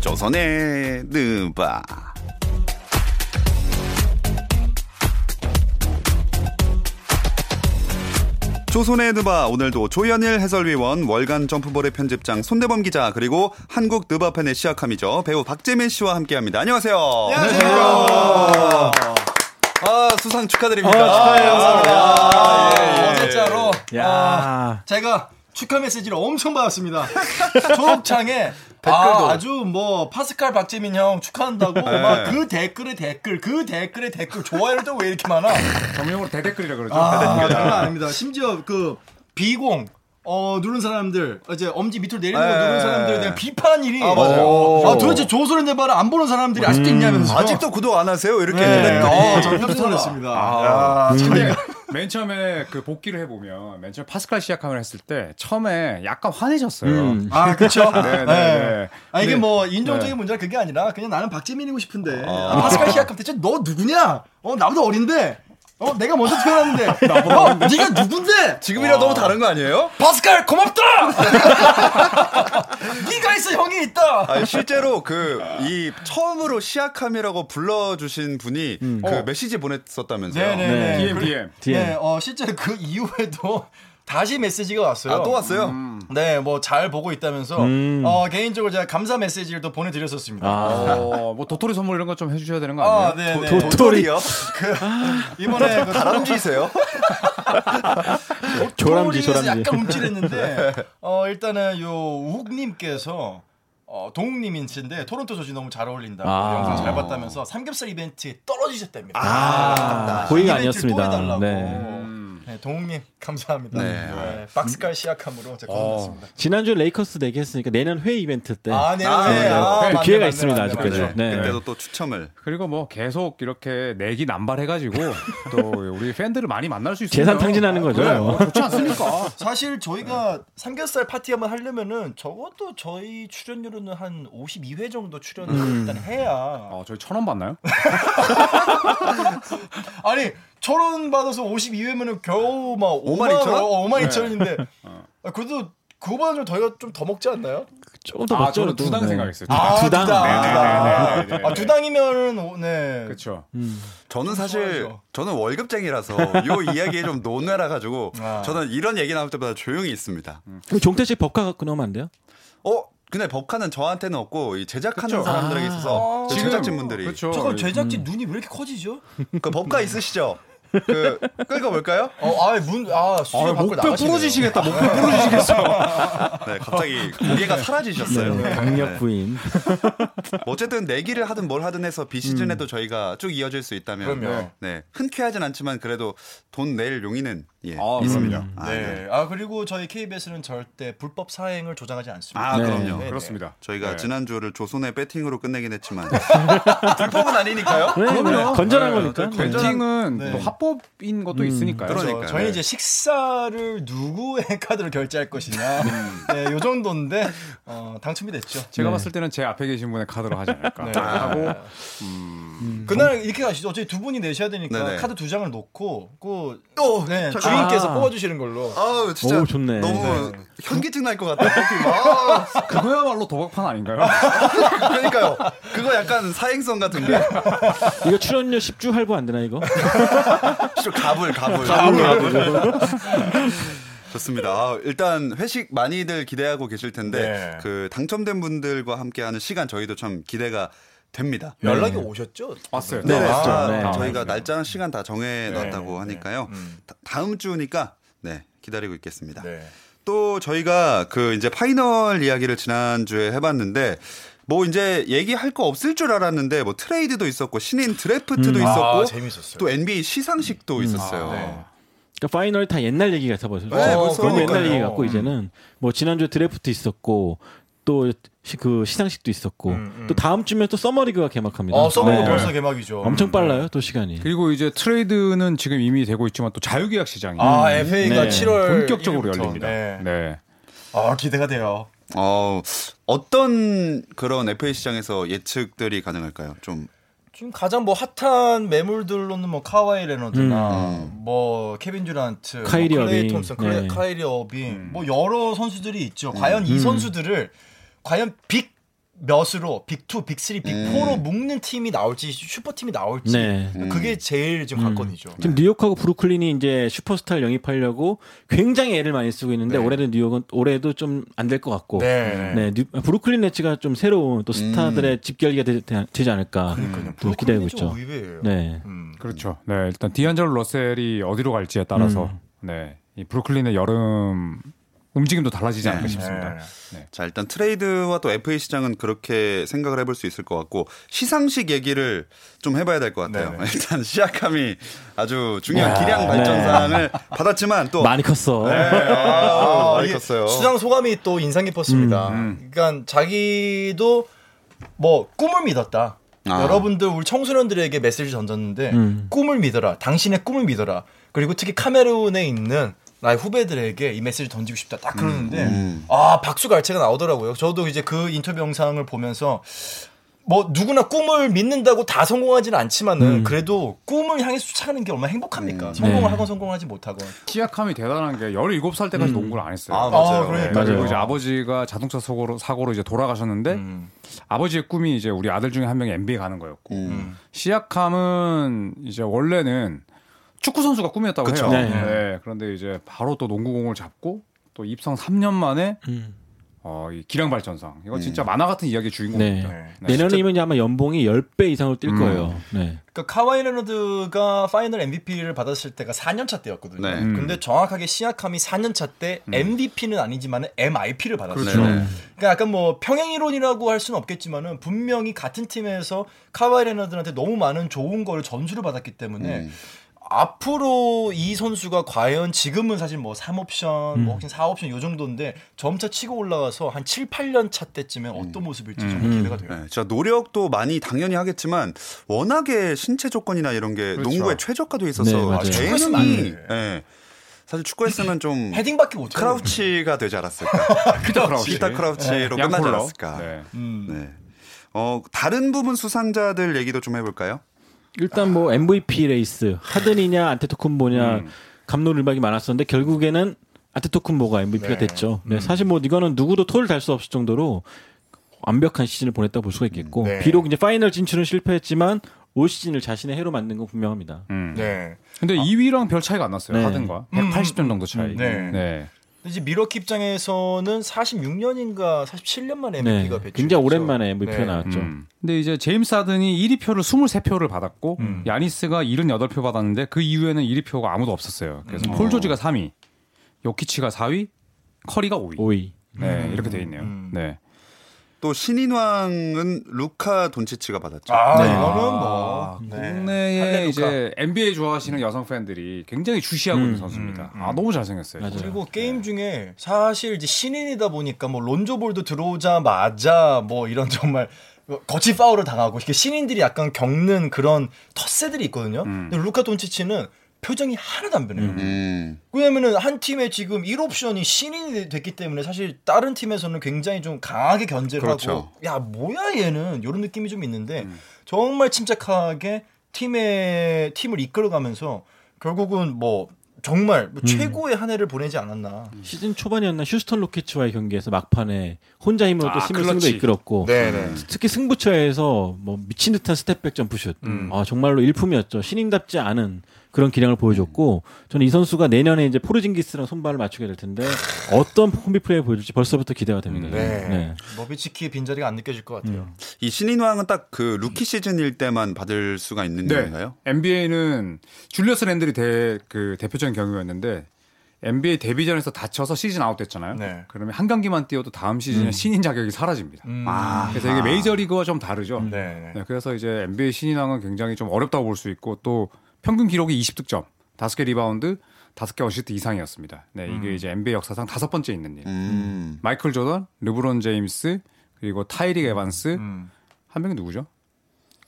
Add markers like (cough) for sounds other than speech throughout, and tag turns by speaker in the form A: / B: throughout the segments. A: 조선의 누바. 조선의 누바 오늘도 조현일 해설위원 월간 점프볼의 편집장 손대범 기자 그리고 한국 누바팬의 시작함이죠 배우 박재민 씨와 함께합니다. 안녕하세요.
B: 안녕하세요.
A: 아 수상 축하드립니다.
C: 아, 축하해요.
A: 아,
B: 아,
A: 예, 예.
B: 진짜로.
C: 야.
B: 아, 제가 축하 메시지를 엄청 받았습니다.
A: (laughs)
B: 초록창에 아, 아주 뭐 파스칼 박재민 형 축하한다고
A: 예.
B: 막 그 댓글에 댓글 그 댓글에 댓글 좋아요를 또 왜
A: (laughs)
B: 이렇게 많아?
C: 전문용어로 대댓글이라 그러죠.
B: 아, 장난 아닙니다. 심지어 그 비공 어 누른 사람들 이제 엄지 밑으로 내리는 거
A: 네.
B: 누른 사람들에 대한 비판이
A: 아, 맞아요. 음.
B: 아, 도대체 조선의 내발을 안 보는 사람들이 아직도 있냐면서
A: 아직도 구독 안 하세요? 이렇게
B: 네.
A: 댓글이. (laughs)
B: 어, 저 깜짝 놀랐습니다.
A: 아,
C: 근데 맨 처음에 그 복귀를 해보면 맨 처음 파스칼 시작함을 했을 때 처음에 약간 화내셨어요.
D: 음.
B: 아, 그쵸? 네,
C: 네, 네.
B: 아, 이게
C: 근데-
B: 뭐, 인종적인 문제가 그게 아니라, 그냥 나는 박재민이고 싶은데, 아, 파스칼 시작하면 대체 너 누구냐? 어, 나보다 어린데, 어, 내가 먼저 태어났는데, 어, 네가 누군데?
A: 지금이랑 너무 다른 거 아니에요?
B: 파스칼, 고맙다! 네가 있어, 형이 있다!
A: 아 실제로 그 이 처음으로 시약함이라고 불러주신 분이 그 메시지 보냈었다면서요?
B: 음. 어. 네네네.
C: DM DM.
B: 네, 어, 실제로 그 이후에도 다시 메시지가 왔어요.
A: 아 또 왔어요?
B: 네, 뭐, 잘 보고 있다면서, 어, 개인적으로 제가 감사 메시지를 또 보내드렸었습니다.
C: 어, 뭐 도토리 선물 이런 거 좀 해주셔야 되는 거
B: 아,
C: 아니에요?
B: 네, 네.
A: 도토리요?
B: 이번에 그
A: 다람쥐세요?
B: 조람지 조람지 약간 (laughs) 움찔했는데 어 일단은 요 욱님께서 어, 동욱님인데 토론토 조지 너무 잘 어울린다. 고 영상 잘 봤다면서 삼겹살 이벤트 떨어지셨답니다. 아, 고의가 아니었습니다. 네. 동욱님 감사합니다.
A: 네.
B: 네. 박스칼 시약함으로 제가 건졌습니다.
D: 지난주 레이커스 얘기했으니까 내년 회 이벤트 때
B: 아, 어. 네,
A: 아,
B: 네.
A: 네.
B: 아,
C: 그
B: 맞네,
D: 기회가
B: 맞네,
D: 있습니다,
B: 맞네,
D: 아직까지.
B: (laughs) 맞네.
D: 네.
A: 그때도 또 추첨을.
C: 그리고 뭐 계속 이렇게 내기 남발해가지고 또 우리 팬들을 많이 만날 수 있어요.
D: 재산 탕진하는 거죠. 어.
C: 그래, 뭐 좋지 않습니까?
B: 사실 저희가 삼겹살 파티 한번 하려면은 적어도 저희 출연료로는 한 52회 정도 출연을 일단 해야
C: 어, 저희 천 원 받나요?
B: 아니 천원 받아서 52회면은 겨우 막
A: 52,000?
B: 5만 2천 원? 어, 5만 2천 원인데 아, 그래도 그거보다 좀 저희가 좀 더 먹지 않나요?
D: 조금 더
C: 아,
D: 먹죠.
C: 저는 두당 생각했어요. 두
B: 아,
C: 당.
D: 두 당.
B: 두 당. 아,
C: 네, 네, 네, 네.
B: 두 당이면은 오- 네.
C: 그렇죠.
A: 저는 사실
B: 추첨하죠.
A: 저는 월급쟁이라서 요 이야기에 좀 노느라 가지고
B: (laughs) 아. 음.
A: 저는 이런 얘기 나올 때마다 조용히 있습니다.
D: 그럼 종태 씨 법카 갖고 나오면 안 돼요?
A: 어? 근데 법카는 저한테는 없고 이 제작하는 사람들에게 있어서
B: 아.
A: 그 제작진분들이
C: 그렇죠.
B: 잠깐 제작진 눈이 왜 이렇게 커지죠?
A: 그 법카 있으시죠? 그 끌고 볼까요?
B: 어, 아예 문아 수저 밖으로
C: 목뼈
B: 나가시네요.
C: 부러지시겠다. 목뼈
A: 네, 갑자기 고개가 사라지셨어요.
C: 네.
B: 네.
D: 강력 부인.
A: 어쨌든 내기를 하든 뭘 하든 해서 비시즌에도 저희가 쭉 이어질 수 있다면
B: 그럼요.
A: 네 흔쾌하진 않지만 그래도 돈 낼 용의는 예,
C: 아,
A: 있습니다.
C: 그럼요.
A: 아, 네.
B: 네. 아 그리고 저희 KBS는 절대 불법 사행을 조장하지 않습니다.
A: 아
D: 네.
A: 그럼요.
B: 네.
C: 그렇습니다.
A: 저희가
C: 네.
A: 지난주를 조선의 배팅으로 끝내긴 했지만 불법은 아니니까요.
D: 네,
C: 그럼요.
D: 건전한
C: 네,
D: 거니까.
A: 네.
D: 네. 음.
C: 배팅은
B: 네.
C: 또 합법인 것도 있으니까요.
A: 그러니까.
B: 그렇죠. 저희
A: 네.
B: 이제 식사를 누구의 (laughs) 카드로 결제할 것이냐. 네, 요 정도인데 어, 당첨이 됐죠.
D: 네.
C: 제가 봤을 때는 제 앞에 계신 분의 카드로 하지 않을까
B: 네. 음.
C: 하고
B: 그날 이렇게 가시죠. 어차피 두 분이 내셔야 되니까
A: 네네.
B: 카드 두 장을 놓고 그 네, 주인께서
D: 아.
B: 뽑아주시는 걸로.
A: 아 진짜
D: 오, 좋네.
A: 너무 현기증 날 것 같다. 아,
C: 그거야말로 도박판 아닌가요?
A: 그러니까요. 그거 약간 사행성 같은데.
D: 이거 출연료 10주 할부 안 되나 이거?
A: 좀 가불 가불. 네. (laughs) 좋습니다. 아, 일단 회식 많이들 기대하고 계실 텐데
B: 네.
A: 그 당첨된 분들과 함께하는 시간 저희도 참 기대가 됩니다.
B: 연락이 오셨죠?
C: 왔어요.
D: 네,
A: 아,
D: 맞죠.
A: 아,
D: 네.
A: 저희가 날짜랑 시간 다 정해 놨다고 하니까요. 다- 다음 주니까 네 기다리고 있겠습니다.
B: 네.
A: 또 저희가 그 이제 파이널 이야기를 지난주에 해봤는데 뭐 이제 얘기할 거 없을 줄 알았는데 뭐 트레이드도 있었고 신인 드래프트도 있었고
B: 아, 재밌었어요.
A: 또 NBA 시상식도 있었어요.
D: 그러니까 파이널 다 옛날 얘기 같아 버렸어요.
A: 네, 벌써
D: 너무 옛날
B: 그러니까요.
D: 얘기 같고 이제는 뭐 지난주 드래프트 있었고 또 그 시상식도 있었고 또 다음 주면 또 서머리그가 개막합니다.
B: 어, 서머가
D: 네.
B: 벌써 개막이죠.
D: 엄청 빨라요 또 시간이.
C: 그리고 이제 트레이드는 지금 이미 되고 있지만 또 자유계약 시장이
B: 아, FA가
D: 네.
B: 7월
C: 본격적으로
B: 1일부터.
C: 열립니다.
B: 네.
C: 네.
B: 아, 기대가 돼요.
A: 어, 어떤 그런 FA 시장에서 예측들이 가능할까요? 좀
B: 지금 가장 뭐 핫한 매물들로는 뭐 카와이 레너드나 뭐 케빈 듀란트,
D: 음. 카이리
B: 뭐 클레이
D: 어빙.
B: 톰슨, 클레,
D: 네. 음.
B: 카이리 어빙 뭐 여러 선수들이 있죠. 과연 이 선수들을 과연 빅 몇으로 빅2, 빅3, 빅4로 묶는 팀이 나올지 슈퍼팀이 나올지
D: 네. 음.
B: 그게 제일 지금 관건이죠.
D: 지금 뉴욕하고 브루클린이 이제 슈퍼스타를 영입하려고 굉장히 애를 많이 쓰고 있는데
B: 네.
D: 올해는 뉴욕은 올해도 좀 안 될 것 같고
B: 네. 음.
D: 네, 뉴- 브루클린 네츠가 좀 새로운 또 스타들의 집결기가 되, 되- 되지 않을까 또 음. 기대하고
B: 브루클린이 좀
D: 있죠.
B: 의외예요.
D: 네.
B: 음.
C: 그렇죠. 네, 일단 디안젤로 러셀이 어디로 갈지에 따라서
D: 음.
C: 네, 이 브루클린의 여름 움직임도 달라지지 않을까 싶습니다.
B: 네.
A: 자 일단 트레이드와 또 FA 시장은 그렇게 생각을 해볼 수 있을 것 같고 시상식 얘기를 좀 해봐야 될 것 같아요.
B: 네네.
A: 일단 시약함이 아주 중요한 기량 발전 사항을 받았지만 또
D: 네.
A: 네.
D: 많이 컸어.
B: 네.
A: 아, 많이
B: 이게
A: 컸어요. 음,
B: 수상 소감이 또 인상 깊었습니다. 그러니까 자기도 뭐 꿈을 믿었다.
A: 아.
B: 여러분들 우리 청소년들에게 메시지 던졌는데
A: 음.
B: 꿈을 믿어라. 당신의 꿈을 믿어라. 그리고 특히 카메룬에 있는 나의 후배들에게 이 메시지 던지고 싶다.
A: 음,
B: 딱 그러는데 아 박수 갈채가 나오더라고요. 저도 이제 그 인터뷰 영상을 보면서 뭐 누구나 꿈을 믿는다고 다 성공하지는
A: 음.
B: 않지만은 그래도 꿈을 향해 수차가는 게 얼마나 행복합니까? 성공을
D: 네.
B: 하건 성공하지 못하건.
C: 시약함이 대단한 게 17살
D: 음.
C: 때까지 농구를 안 했어요.
A: 아, 맞아요.
B: 아, 그러니까요.
C: 네, 그리고
D: 맞아요.
C: 이제 아버지가 자동차 사고로, 사고로 이제 돌아가셨는데
B: 음.
C: 아버지의 꿈이 이제 우리 아들 중에 한 명이 NBA 가는 거였고
A: 음.
C: 시약함은 이제 원래는 축구 선수가 꿈이었다고
A: 그쵸.
C: 해요.
D: 네.
C: 네, 그런데 이제 바로 또 농구공을 잡고 또 입성 3년 만에
D: 음.
C: 어, 이 기량 발전상 이거 진짜 만화 같은 이야기 의
D: 네.
C: 주인공입니다.
B: 네.
D: 내년이면 이제 아마 연봉이 10배 이상으로 뛸
C: 음.
D: 거예요. 네.
B: 그러니까 카와이 레너드가 파이널 MVP를 받았을 때가 4년차 때였거든요.
A: 네. 음.
C: 음.
B: 근데 정확하게 시약함이 4년차 때 MVP는 아니지만 MIP를 받았어요.
A: 그렇죠. 네.
D: 음.
B: 그러니까 약간 뭐 평행 이론이라고 할 수는 없겠지만은 분명히 같은 팀에서 카와이 레너드한테 너무 많은 좋은 거를 전수를 받았기 때문에
A: 음.
B: 앞으로 이 선수가 과연 지금은 사실 뭐 3옵션, 뭐 혹시 4옵션 요 정도인데 점차 치고 올라가서 한 7, 8년 차 때쯤에
A: 음.
B: 어떤 모습일지 정말 기대가 돼요.
A: 네, 진짜 노력도 많이 당연히 하겠지만 워낙에 신체 조건이나 이런 게
C: 그렇죠.
A: 농구에 최저가돼 있어서
D: 네, 맞아요.
B: 축구했으면 안
A: 재능이
B: 돼.
A: 예. 사실 축구했으면 좀
B: 헤딩밖에 못 해요.
A: 네. 크라우치가 되지 않았을까.
C: 피터 크라우치.
A: 피타 크라우치로
C: 양
A: 끝나지
C: 콜러.
A: 않았을까.
C: 네.
B: 음.
A: 네. 어, 다른 부분 수상자들 얘기도 좀 해볼까요?
D: 일단 뭐 MVP 레이스 하든이냐 안테토쿤보냐 감론을박이 많았었는데 결국에는 안테토쿤보가 MVP가 됐죠. 네, 사실 뭐 이거는 누구도 토를 달 수 없을 정도로 완벽한 시즌을 보냈다고 볼 수가 있겠고
B: 네.
D: 비록 이제 파이널 진출은 실패했지만 올 시즌을 자신의 해로 만든 건 분명합니다.
C: 음.
B: 네.
C: 근데
A: 아.
C: 2위랑 별 차이가 안 났어요.
D: 네.
C: 하든과
B: 음,
C: 180점 정도 차이.
B: 음, 네. 근데 이제 미러키 입장에서는 46년인가 47년 만에
D: 네,
B: MVP가 배출.
D: 굉장히 오랜만에 MVP가
B: 네.
D: 나왔죠.
C: 음. 근데 이제 제임스 하든이 1위표를 23표를 받았고
B: 음.
C: 야니스가 78표 받았는데 그 이후에는 1위표가 아무도 없었어요. 그래서
A: 음.
C: 폴 조지가 3위, 요키치가 4위, 커리가 5위.
D: 5위.
C: 네, 이렇게 돼 있네요.
B: 음.
C: 네.
A: 또 신인왕은 루카 돈치치가 받았죠.
B: 아
D: 네.
B: 이거는 뭐 네.
C: 국내에
B: 할렐루야.
C: 이제 NBA 좋아하시는 여성 팬들이 굉장히 주시하고 있는 선수입니다. 아 너무 잘생겼어요.
D: 맞아요.
A: 네.
B: 그리고 게임 중에 사실 이제 신인이다 보니까 뭐 론조볼도 들어오자마자 뭐 이런 (laughs) 정말 거치 파울을 당하고 이게 신인들이 약간 겪는 그런 텃세들이 있거든요.
D: 음.
B: 근데 루카 돈치치는 표정이 하나도 안 변해요.
A: 음.
B: 왜냐면은 한 팀에 지금 1옵션이 신인이 됐기 때문에 사실 다른 팀에서는 굉장히 좀 강하게 견제를
A: 그렇죠. 음.
B: 하고 야 뭐야 얘는 이런 느낌이 좀 있는데 정말 침착하게 팀의 팀을 이끌어가면서 결국은 뭐 정말 뭐 최고의 한 해를 보내지 않았나.
D: 시즌 초반이었나 휴스턴 로켓츠와의 경기에서 막판에 혼자 힘으로 또
C: 아,
D: 팀을
C: 클러치.
D: 승도 이끌었고
B: 네네.
D: 특히 승부처에서 뭐 미친 듯한 스텝백 점프슛. 아, 정말로 일품이었죠. 신인답지 않은 그런 기량을 보여줬고 저는 이 선수가 내년에 이제 포르징기스랑 손발을 맞추게 될 텐데 어떤 콤비 플레이를 보여줄지 벌써부터 기대가 됩니다.
B: 네. 음.
D: 네.
B: 너비치키의 빈자리가 안 느껴질 것 같아요.
A: 이 신인왕은 딱 그 루키 시즌일 때만 받을 수가 있는 건가요?
C: NBA는 네. 줄리어스 랜들이 대, 그 대표적인 경우였는데 NBA 데뷔전에서 다쳐서 시즌 아웃됐잖아요.
B: 네.
C: 그러면 한 경기만 뛰어도 다음 시즌에 신인 자격이 사라집니다.
B: 음.
A: 아,
C: 그래서 이게 메이저리그와 좀 다르죠.
B: 네.
C: 네, 그래서 이제 NBA 신인왕은 굉장히 좀 어렵다고 볼 수 있고 또 평균 기록이 20득점, 5개 리바운드, 5개 어시스트 이상이었습니다. 네, 이게 이제 NBA 역사상 다섯 번째 있는 일.
A: 음.
C: 마이클 조던, 르브론 제임스, 그리고 타이릭 에반스,
B: 음.
C: 한 명이 누구죠?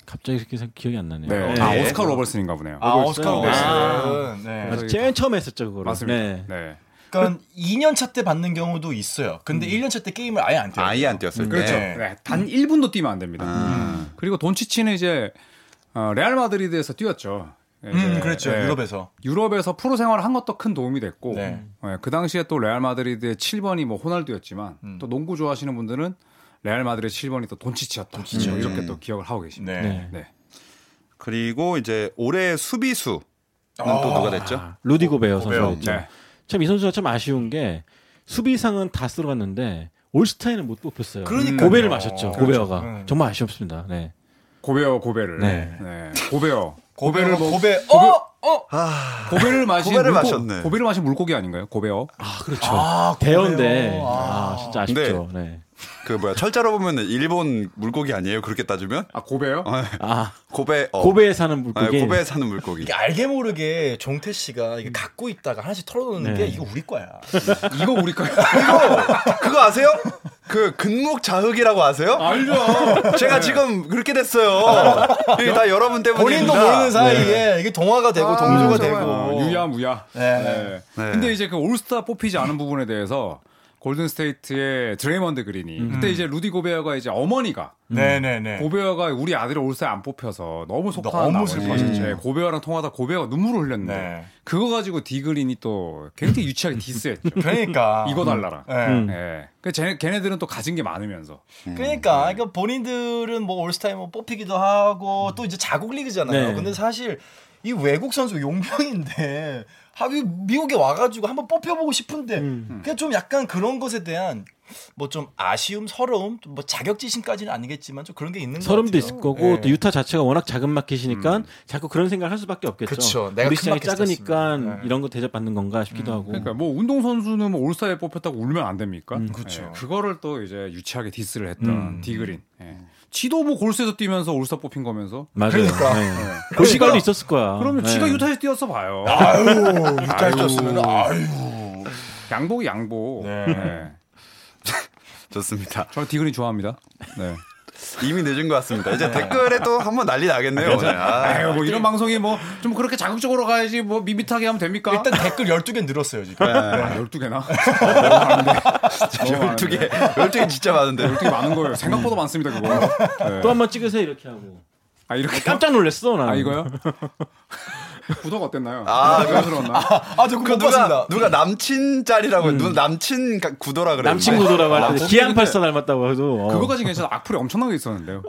D: 갑자기 그렇게 생- 기억이 안 나네요. 어,
C: 네.
B: 네.
C: 아, 오스카 로버슨인가 보네요.
B: 아 오스카
D: 있어요.
B: 로버슨. 네.
D: 맞아, 제일 처음 했었죠, 그거를.
C: 맞습니다.
D: 네.
C: 네.
B: 그러니까 2년 차 때 받는 경우도 있어요. 근데 1년 차 때 게임을 음. 아예 안 뛰어요.
A: 네. 아예 안 뛰었을 때.
C: 그렇죠.
B: 네.
C: 네, 단 1분도 뛰면 안 됩니다. 음.
A: 아.
C: 그리고 돈치치는 이제 어, 레알 마드리드에서 뛰었죠. 이제,
B: 음, 그렇죠.
C: 네,
B: 유럽에서.
C: 유럽에서 프로 생활을 한 것도 큰 도움이 됐고
B: 네. 음.
C: 예, 그 당시에 또 레알 마드리드의 7번이 뭐 호날두였지만 또 농구 좋아하시는 분들은 레알 마드리드 7번이 또 돈치치였다.
B: 돈치치였죠.
C: 음, 이렇게 또 기억을 하고 계십니다.
B: 네.
D: 네.
C: 네.
A: 그리고 이제 올해 수비수는 또 누가 됐죠?
D: 루디고 베어
B: 고베어.
D: 선수.
C: 네.
D: 참 이 선수가 참 아쉬운 게 수비상은 다 쓸어갔는데 올스타에는 못 뽑혔어요.
B: 그러니까요.
D: 고배를 마셨죠.
B: 그렇죠.
D: 고베어가
B: 음.
D: 정말 아쉽습니다. 네.
C: 고베어 고베를.
D: 네.
C: 네. 고베어.
B: 고베를
C: 먹-
B: 고베 어 어.
A: 아,
C: 고베를 마신
A: 고베를
C: 물고-
A: 마셨네.
C: 고베를 마신 물고기 아닌가요? 고베어.
D: 아 그렇죠.
B: 아,
D: 대어인데
B: 고베어.
D: 아, 진짜 아쉽죠. 네.
A: 그 뭐야 철자로 보면 일본 물고기 아니에요? 그렇게 따지면 어,
C: 아 고베요?
D: 아
A: 고베 어.
D: 고베에 사는 물고기.
A: 아니, 고베에 사는 물고기.
B: 이게 알게 모르게 종태 씨가 이게 갖고 있다가 하나씩 털어놓는
D: 음. 네.
B: 게 이거 우리 거야.
C: 이거
B: (laughs)
C: 우리 거야.
A: 그거 아세요? 그 근목 자흑이라고 아세요?
C: 알죠.
B: 네.
A: 제가 지금 그렇게 됐어요. 이게 다 여러분 때문입니다.
B: 아, 본인도 모르는 사이에
D: 네.
B: 이게 동화가 되고 동조가 되고
C: 아, 어, 유야 무야.
B: 네.
C: 네.
A: 네.
C: 근데 이제 그 올스타 뽑히지 않은 부분에 대해서 골든 스테이트의 드레이먼드 그린이 그때 이제 루디 고베어가 이제 어머니가
B: 음.
D: 음.
B: 네네네.
C: 고베어가 우리 아들이 올스타에 안 뽑혀서 너무 속상한
B: 너무
C: 나머지
B: 슬퍼하셨죠. 음.
C: 예, 고베어랑 통하다 고베어가 눈물을 흘렸는데
B: 네.
C: 그거 가지고 디그린이 또 굉장히 유치하게 디스했죠.
B: 그러니까
C: (laughs) 이거 달라라.
B: 네.
D: 음.
C: 예. 그 쟤- 걔네들은 또 가진 게 많으면서
B: 그러니까 그러니까 본인들은 뭐 올스타에 뭐 뽑히기도 하고 또 이제 자국 리그잖아요.
D: 네.
B: 근데 사실 이 외국 선수 용병인데 하위 미국에 와가지고 한번 뽑혀보고 싶은데
D: 음.
B: 그냥 좀 약간 그런 것에 대한 뭐 좀 아쉬움, 서러움, 좀뭐 자격지심까지는 아니겠지만 좀 그런 게 있는 것
D: 서름도
B: 같아요.
D: 있을 거고
B: 예.
D: 또 유타 자체가 워낙 작은 마켓이니까 자꾸 그런 생각을 할 수밖에 없겠죠.
B: 그쵸. 그렇죠. 내가
D: 우리
B: 큰
D: 시장이
B: 마켓이
D: 작으니까
B: 됐으니까. 네.
D: 이런 거 대접받는 건가 싶기도 하고.
C: 그러니까 뭐 운동 선수는 뭐 올스타에 뽑혔다고 울면 안 됩니까?
B: 그쵸.
C: 예, 그거를 또 이제 유치하게 디스를 했던 디그린. 예. 지도 뭐 골스에서 뛰면서 올스타 뽑힌 거면서.
D: 맞아요.
B: 그러니까.
D: 네. 그 시간도 있었을 거야.
C: 그러면
D: 네.
C: 지가 유타에서 뛰었어 봐요.
B: 아유 유탈 쳤으면 아유
C: 양복 양복.
B: 네.
C: 예.
A: 좋습니다.
C: 저 디그린 좋아합니다. 네.
A: 이미 늦은 것 같습니다.
B: 아,
A: 이제
B: 네.
A: 댓글에 또 한번 난리 나겠네요. 오늘. 아,
C: (laughs) 아유 뭐 이런 방송이 뭐 좀 그렇게 자극적으로 가야지 뭐 밋밋하게 하면 됩니까?
B: 일단 댓글 12개 늘었어요 지금.
C: 아, (laughs) 12개나?
A: 12개. 12개 진짜 많은데.
C: 되게 많은 거예요. 생각보다 많습니다, 그거. 네.
D: 또 한 번 찍으세요 이렇게
B: 그러니까.
D: 하고.
C: 아, 이렇게.
D: 깜짝 놀랐어 나는.
C: 아, 이거요? (laughs) 구독 어땠나요?
A: 아,
C: 부담스러웠나?
B: 아저 그거 음.
A: 그
B: 누가
A: 누가 누가 남친 짤이라고 누가 남친 가- 구도라 네. 그랬는데
D: 남친 구도라고 할 때 기안팔사 닮았다고 해도. 어.
C: 그거까지 괜찮아. 악플이 엄청나게 있었는데요.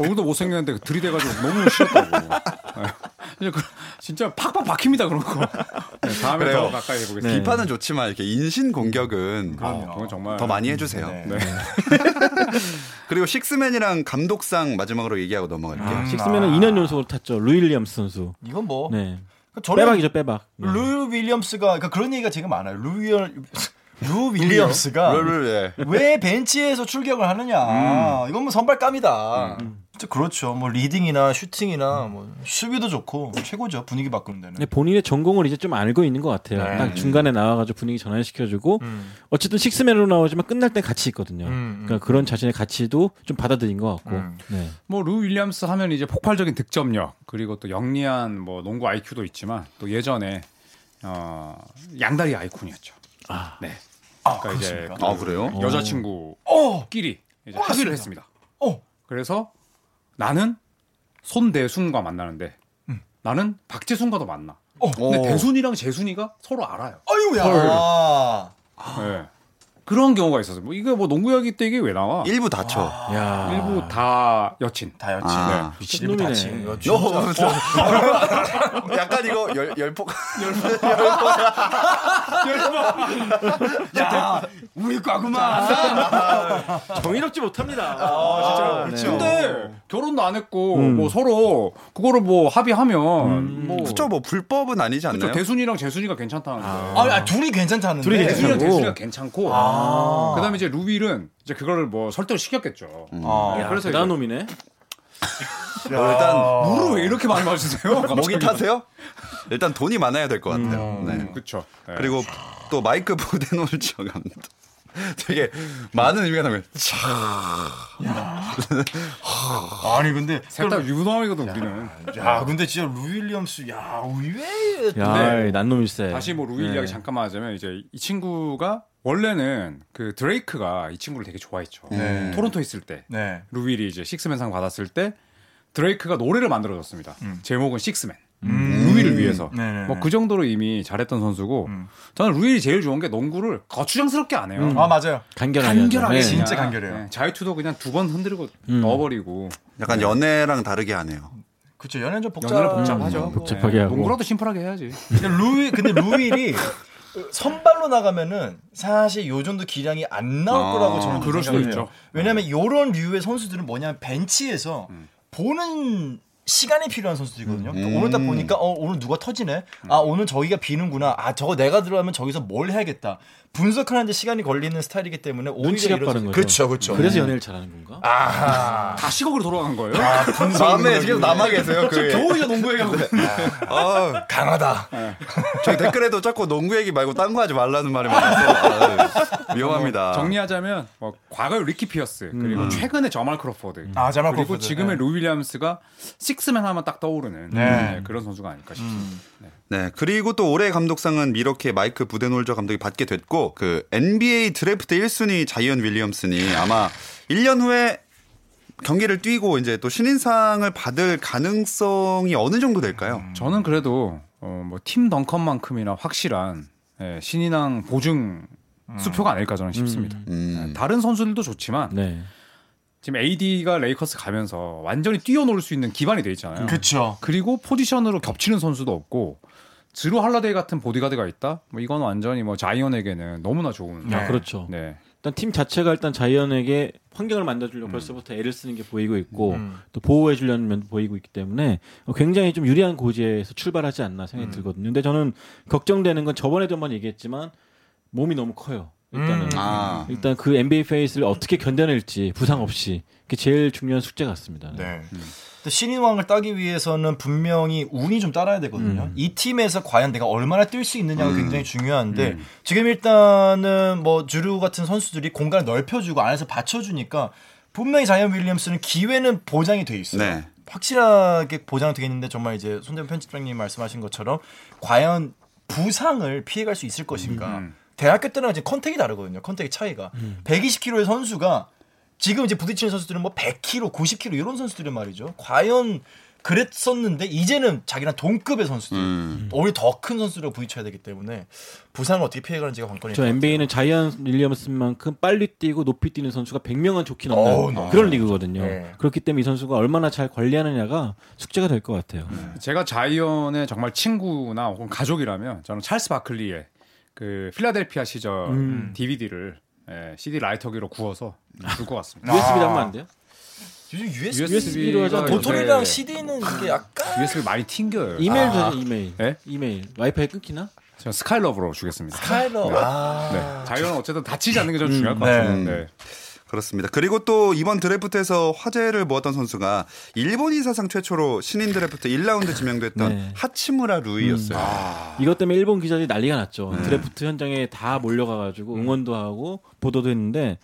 C: 얼굴도 못생겼는데 그 들이대가지고 너무 싫었다고. 아, 진짜 그- 진짜 팍팍 박힙니다, 그런 거. 네, 다음에
A: 그래요. 네.
C: 더 가까이
B: 네.
C: 해보겠습니다.
A: 비판은 좋지만 이렇게 인신 공격은 어,
C: 아, 그건 정말.
A: 더 많이 해주세요.
B: 음, 네.
C: 네.
A: 그리고 식스맨이랑 감독상 마지막으로 얘기하고 넘어갈게요.
B: 음, 아.
D: 식스맨은 2년 연속으로 탔죠. 루일리엄스 선수.
B: 이건 뭐
D: 네.
B: 저는
D: 빼박이죠 빼박. 네.
B: 루 윌리엄스가 그러니까 그런 얘기가 지금 많아요. 루, 윌, (laughs) 루 윌리엄스가
A: 롤을 예.
B: 왜 벤치에서 출격을 하느냐. 이건 뭐 선발감이다.
D: 음.
B: 진짜 그렇죠. 뭐 리딩이나 슈팅이나 뭐 수비도 좋고 최고죠. 분위기 바꾸는 데는.
D: 근데 본인의 전공을 이제 좀 알고 있는 것 같아요.
B: 네.
D: 딱 중간에 나와가지고 분위기 전환시켜주고
B: 음.
D: 어쨌든 식스맨으로 나오지만 끝날 때 가치 있거든요. 그러니까 그런 자신의 가치도 좀 받아들인 것 같고. 네.
C: 뭐, 루 윌리엄스 하면 이제 폭발적인 득점력, 그리고 또 영리한 뭐 농구 IQ도 있지만, 또 예전에, 어, 양다리 아이콘이었죠.
D: 아.
C: 네.
B: 아,
C: 그러니까 이제
B: 그렇습니까?
A: 아 그래요?
C: 여자친구끼리
B: 어,
C: 이제 합의를 했습니다.
B: 어,
C: 그래서 나는 손대순과 만나는데 나는 박재순과도 만나. 근데
A: 오.
C: 대순이랑 재순이가 서로 알아요.
B: 아유야.
C: 예. 그런 경우가 있었어요. 뭐 이게 뭐 농구 이야기 때 이게 왜 나와?
A: 일부 다쳐.
D: 야.
C: 일부 다 여친.
B: 다였지.
A: 아.
B: 미친놈이
D: 미친놈이네.
B: 다치. 이거
A: 너
B: 진짜.
A: (laughs)
C: 어,
A: 약간 이거 열 열폭
B: 야, 우리
C: 그러니까
B: 거구만.
C: 아,
D: 정의롭지 못합니다.
B: 아, 진짜로.
D: 네.
C: 그렇죠.
B: 그쵸.
C: 근데 결혼도 안 했고 뭐 서로 그거를 뭐 합의하면 뭐
A: 그쵸 뭐 불법은 아니지 않나요?
C: 그쵸, 대순이랑 재순이가 괜찮다는데.
B: 아, 아, 둘이 괜찮다는데.
D: 둘이 괜찮-
C: 네, 대순이랑
D: 괜찮고.
C: 재순이가 괜찮고 아. 그다음에 이제 루빌은 이제 그거를 뭐 설득을 시켰겠죠.
B: 어.
D: 야,
C: 그래서
D: 대단한
C: 이제-
D: 놈이네.
A: 뭐 일단
C: 물을 왜 이렇게 많이 (laughs) 마시세요?
A: (laughs) 목이 타세요? 일단 돈이 많아야 될 것 같아요. 네.
C: 그렇죠.
A: 그리고 또 마이크 보데놀처 감독. (laughs) 되게 많은 의미가 나면
B: 아니 근데
C: 셋다 유부남이거든 우리는.
B: 야, 근데 진짜 루 윌리엄스 야, 의외의
D: 야, 이 난놈일세.
C: 다시 뭐
D: 네.
C: 루일 이야기 잠깐만 하자면 이제 이 친구가 원래는 그 드레이크가 이 친구를 되게 좋아했죠.
B: 네.
C: 토론토 있을 때
B: 네.
C: 루일이 이제 식스맨상 받았을 때 드레이크가 노래를 만들어줬습니다. 제목은 식스맨.
B: 음.
C: 루이를 위해서.
B: 네네.
C: 뭐 그 정도로 이미 잘했던 선수고
B: 음.
C: 저는 루이 제일 좋은 게 농구를 거추장스럽게 안 해요.
D: 음.
B: 아 맞아요.
D: 간결하게.
C: 간결하게
D: 하죠.
B: 진짜
C: 그냥, 네,
B: 간결해요.
C: 자유투도 그냥 두 번 흔들고
D: 음.
C: 넣어버리고 네.
A: 약간 연애랑 다르게 하네요.
B: 그렇죠. 연애는 좀 복잡...
C: 연애를 복잡하죠.
B: 뭐.
D: 복잡하게 하고.
C: 네, 농구라도 심플하게 해야지.
B: 근데 루이 근데 루일이 선발로 나가면은 사실 요 정도 기량이 안 나올
A: 아,
B: 거라고 저는
C: 그럴 수도
B: 생각해요.
C: 있죠. 네.
B: 왜냐하면 요런 류의 선수들은 뭐냐면 벤치에서
C: 음.
B: 보는 시간이 필요한 선수들이거든요. 그러니까 오늘 딱
C: 음.
B: 보니까 어 오늘 누가 터지네. 아 오늘 저기가 비는구나. 아 저거 내가 들어가면 저기서 뭘 해야겠다. 분석하는데 시간이 걸리는 스타일이기 때문에 오히려
D: 눈치가
B: 이런
D: 빠른
B: 선수-
D: 거죠.
B: 그렇죠, 그렇죠.
D: 네. 그래서 연애를 잘하는 건가?
B: 아하.
C: 다 시골로 돌아간 거예요.
A: 마음에 계속 남아 계세요. 그
C: 겨우 이제 농구 얘기하고
A: 아,
B: 강하다.
A: 저희 댓글에도 자꾸 농구 얘기 말고 딴 거 하지 말라는 말이 많아서 아, 위험합니다.
C: 뭐 (laughs) 정리하자면 뭐 과거의 리키 피어스 그리고
D: 음.
C: 최근의 저말 크로포드
B: 아, 자말
C: 그리고
B: 크로포드. 네.
C: 지금의 루 윌리엄스가 식스맨 하면 딱 떠오르는
B: 네.
C: 네, 그런 선수가 아닐까 싶습니다.
A: 네. 그리고 또 올해 감독상은 미러키의 마이크 부데놀저 감독이 받게 됐고 그 NBA 드래프트 1순위 자이언 윌리엄슨이 아마 1년 후에 경기를 뛰고 이제 또 신인상을 받을 가능성이 어느 정도 될까요?
C: 저는 그래도 어, 뭐팀 덩컨만큼이나 확실한 예, 신인왕 보증 수표가 아닐까 저는 싶습니다. 네,
A: 음.
C: 다른 선수들도 좋지만
D: 네.
C: 지금 AD가 레이커스 가면서 완전히 뛰어놀 수 있는 기반이 돼 있잖아요.
B: 그렇죠.
C: 그리고 포지션으로 겹치는 선수도 없고 드루 할라데이 같은 보디가드가 있다. 뭐 이건 완전히 뭐 자이언에게는 너무나 좋은.
B: 네.
D: 아, 그렇죠.
C: 네.
D: 일단 팀 자체가 일단 자이언에게 환경을 만들어주려고 벌써부터 애를 쓰는 게 보이고 있고
B: 음.
D: 또 보호해주려는 면도 보이고 있기 때문에 어, 굉장히 좀 유리한 고지에서 출발하지 않나
B: 음.
D: 생각이 들거든요. 근데 저는 걱정되는 건 저번에도 한번 얘기했지만 몸이 너무 커요. 일단은
B: 음.
A: 아.
D: 일단 그 NBA 페이스를 어떻게 견뎌낼지 부상 없이 그게 제일 중요한 숙제 같습니다.
B: 네. 근데 신인왕을 따기 위해서는 분명히 운이 좀 따라야 되거든요. 이 팀에서 과연 내가 얼마나 뛸 수 있느냐가 굉장히 중요한데 지금 일단은 뭐 주류 같은 선수들이 공간을 넓혀주고 안에서 받쳐주니까 분명히 자이언 윌리엄스는 기회는 보장이 돼 있어요.
A: 네.
B: 확실하게 보장이 되어 있는데 정말 이제 손대문 편집장님 말씀하신 것처럼 과연 부상을 피해갈 수 있을 것인가. 대학교 때랑 지금 컨택이 다르거든요. 컨택의 차이가. 120kg의 선수가 지금 이제 부딪히는 선수들은 뭐 100kg, 90kg 이런 선수들은 말이죠. 과연 그랬었는데 이제는 자기랑 동급의 선수들,
A: 음.
B: 오히려 더 큰 선수로 부딪혀야 되기 때문에 부상을 어떻게 피해가는지가 관건이에요.
D: 저 NBA는 자이언 윌리엄슨만큼 빨리 뛰고 높이 뛰는 선수가 100명은 좋기
B: 어우,
D: 넘는
B: 너무
D: 그런 리그거든요.
B: 네.
D: 그렇기 때문에 이 선수가 얼마나 잘 관리하느냐가 숙제가 될 것 같아요.
B: 음.
C: 제가 자이언의 정말 친구나 혹은 가족이라면 저는 찰스 바클리의 그 필라델피아 시절
B: 음.
C: DVD를 예, CD 라이터기로 구워서 줄 것 같습니다.
D: USB로 하면
B: 아.
D: 안 돼요?
B: 요즘 (laughs) USB,
C: USB
D: 로 하자.
C: 가
B: 도토리랑
C: 요새
B: CD는 이게 약간
C: USB 많이 튕겨요.
B: 아.
D: 이메일 도 이메일.
B: 네?
C: 예?
D: 이메일. 와이파이 끊기나?
C: 제가 스카이러브로 주겠습니다.
B: 스카이러. 아.
C: 네. 자이언은 어쨌든 다치지 않는 게 저는 중요할 것
B: 네.
C: 같은데. 네.
A: 그렇습니다. 그리고 또 이번 드래프트에서 화제를 모았던 선수가 일본인 사상 최초로 신인 드래프트 1라운드 지명됐던
D: 네. 음.
A: 하치무라 루이였어요. 아.
D: 이것 때문에 일본 기자들이 난리가 났죠.
B: 네.
D: 드래프트 현장에 다 몰려가가지고
B: 음.
D: 응원도 하고 보도도 했는데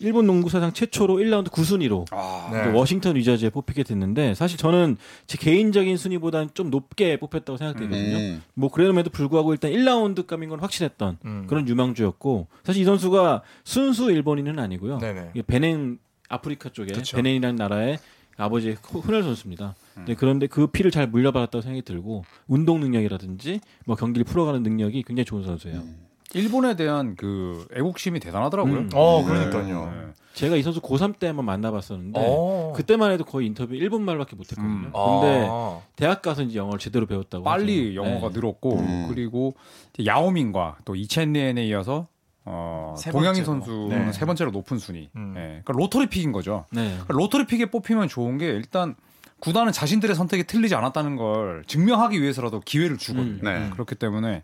D: 일본 농구 사상 최초로 1라운드 9순위로
B: 네.
D: 워싱턴 위저즈에 뽑히게 됐는데 사실 저는 제 개인적인 순위보다는 좀 높게 뽑혔다고 생각되거든요.
B: 네.
A: 음.
D: 뭐 그럼에도 불구하고 일단 1라운드 감인 건 확실했던
B: 음.
D: 그런 유망주였고 사실 이 선수가 순수 일본인은 아니고요.
B: 네네.
D: 이게 베냉 아프리카 쪽에 베냉이라는 나라의 아버지의 호- 혼혈 선수입니다.
C: 음.
D: 네, 그런데 그 피를 잘 물려받았다고 생각이 들고 운동 능력이라든지 뭐 경기를 풀어가는 능력이 굉장히 좋은 선수예요.
C: 음. 일본에 대한 그 애국심이 대단하더라고요.
D: 음.
B: 어, 그러니까요.
C: 네.
D: 제가 이 선수 고3 때 한번 만나봤었는데
B: 어.
D: 네. 그때만 해도 거의 인터뷰 일본 말밖에 못했거든요.
C: 음.
D: 근데
B: 아.
D: 대학 가서 이제 영어를 제대로 배웠다고
C: 빨리
D: 하죠.
C: 영어가
D: 네.
C: 늘었고
A: 음.
C: 그리고 이제 야오민과 또 이첸리엔에 이어서 어,
B: 세
C: 동양인
B: 번째로.
C: 선수는
B: 네.
C: 세 번째로 높은 순위.
B: 음.
C: 예. 그러니까 로터리 픽인 거죠.
D: 네.
C: 그러니까 로터리 픽에 뽑히면 좋은 게 일단 구단은 자신들의 선택이 틀리지 않았다는 걸 증명하기 위해서라도 기회를 주거든요.
D: 음.
A: 네.
C: 그렇기 때문에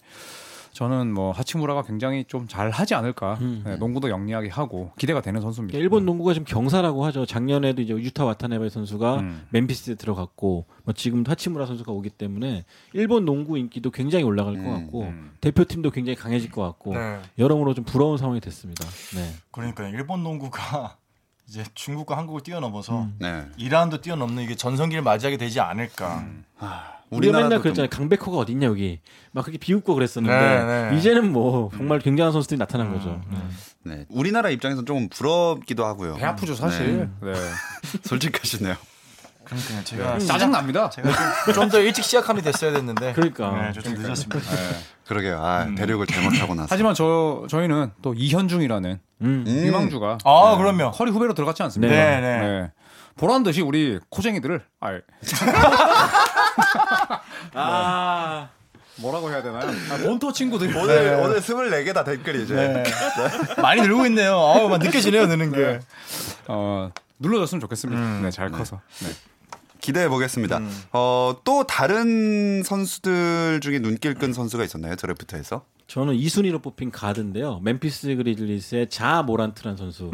C: 저는 뭐 하치무라가 굉장히 좀 잘 하지 않을까.
B: 음.
C: 예, 농구도 영리하게 하고 기대가 되는 선수입니다.
D: 그러니까 일본 농구가 지금 경사라고 하죠. 작년에도 이제 유타 와타네베 선수가
C: 음.
D: 멤피스에 들어갔고 뭐 지금 하치무라 선수가 오기 때문에 일본 농구 인기도 굉장히 올라갈 것 같고
C: 음.
D: 대표팀도 굉장히 강해질 것 같고
B: 네.
D: 여러모로 좀 부러운 상황이 됐습니다. 네.
B: 그러니까 일본 농구가 (laughs) 이제 중국과 한국을 뛰어넘어서
D: 음.
A: 네.
B: 이란도 뛰어넘는 이게 전성기를 맞이하게 되지 않을까.
D: 음. 우리가
A: 우리나라도
D: 맨날
A: 좀-
D: 그랬잖아요. 강백호가 어딨냐 여기 막 그렇게 비웃고 그랬었는데
B: 네, 네.
D: 이제는 뭐 정말 굉장한 선수들이 나타난 거죠. 네.
A: 네. (laughs) 우리나라 입장에선 조금 부럽기도 하고요.
C: 배 아프죠 사실. 네.
A: 솔직하시네요.
B: 그러니까 제가
C: 짜증 납니다.
B: 제가 좀 더 일찍 시작함이 됐어야 됐는데.
D: 그러니까.
B: 네, 저좀 늦었습니다.
A: 그러게요. 아, 대륙을 잘못하고 나서.
C: 하지만 저 저희는 또 이현중이라는
D: 음.
A: 음.
C: 유망주가
B: 아,
C: 네,
B: 그럼요.
C: 커리 후배로 들어갔지 않습니까?
B: 네, 네.
C: 보란 듯이 우리 코쟁이들을 아
D: 아.
C: 뭐라고 해야 되나요? 아, 몬토 친구들이
A: 오늘 오늘 24개 다 댓글이 이제.
B: 네. 많이 늘고 있네요. 아우, 막 느껴지네요, 느는 게.
C: 어, 눌러줬으면 좋겠습니다. 네, 잘 커서. 네.
A: 기대해 보겠습니다. 어, 또 다른 선수들 중에 눈길 끈 선수가 있었나요? 드래프트에서?
D: 저는 2순위로 뽑힌 가드인데요. 멤피스 그리즐리스의 자 모란트라는 선수.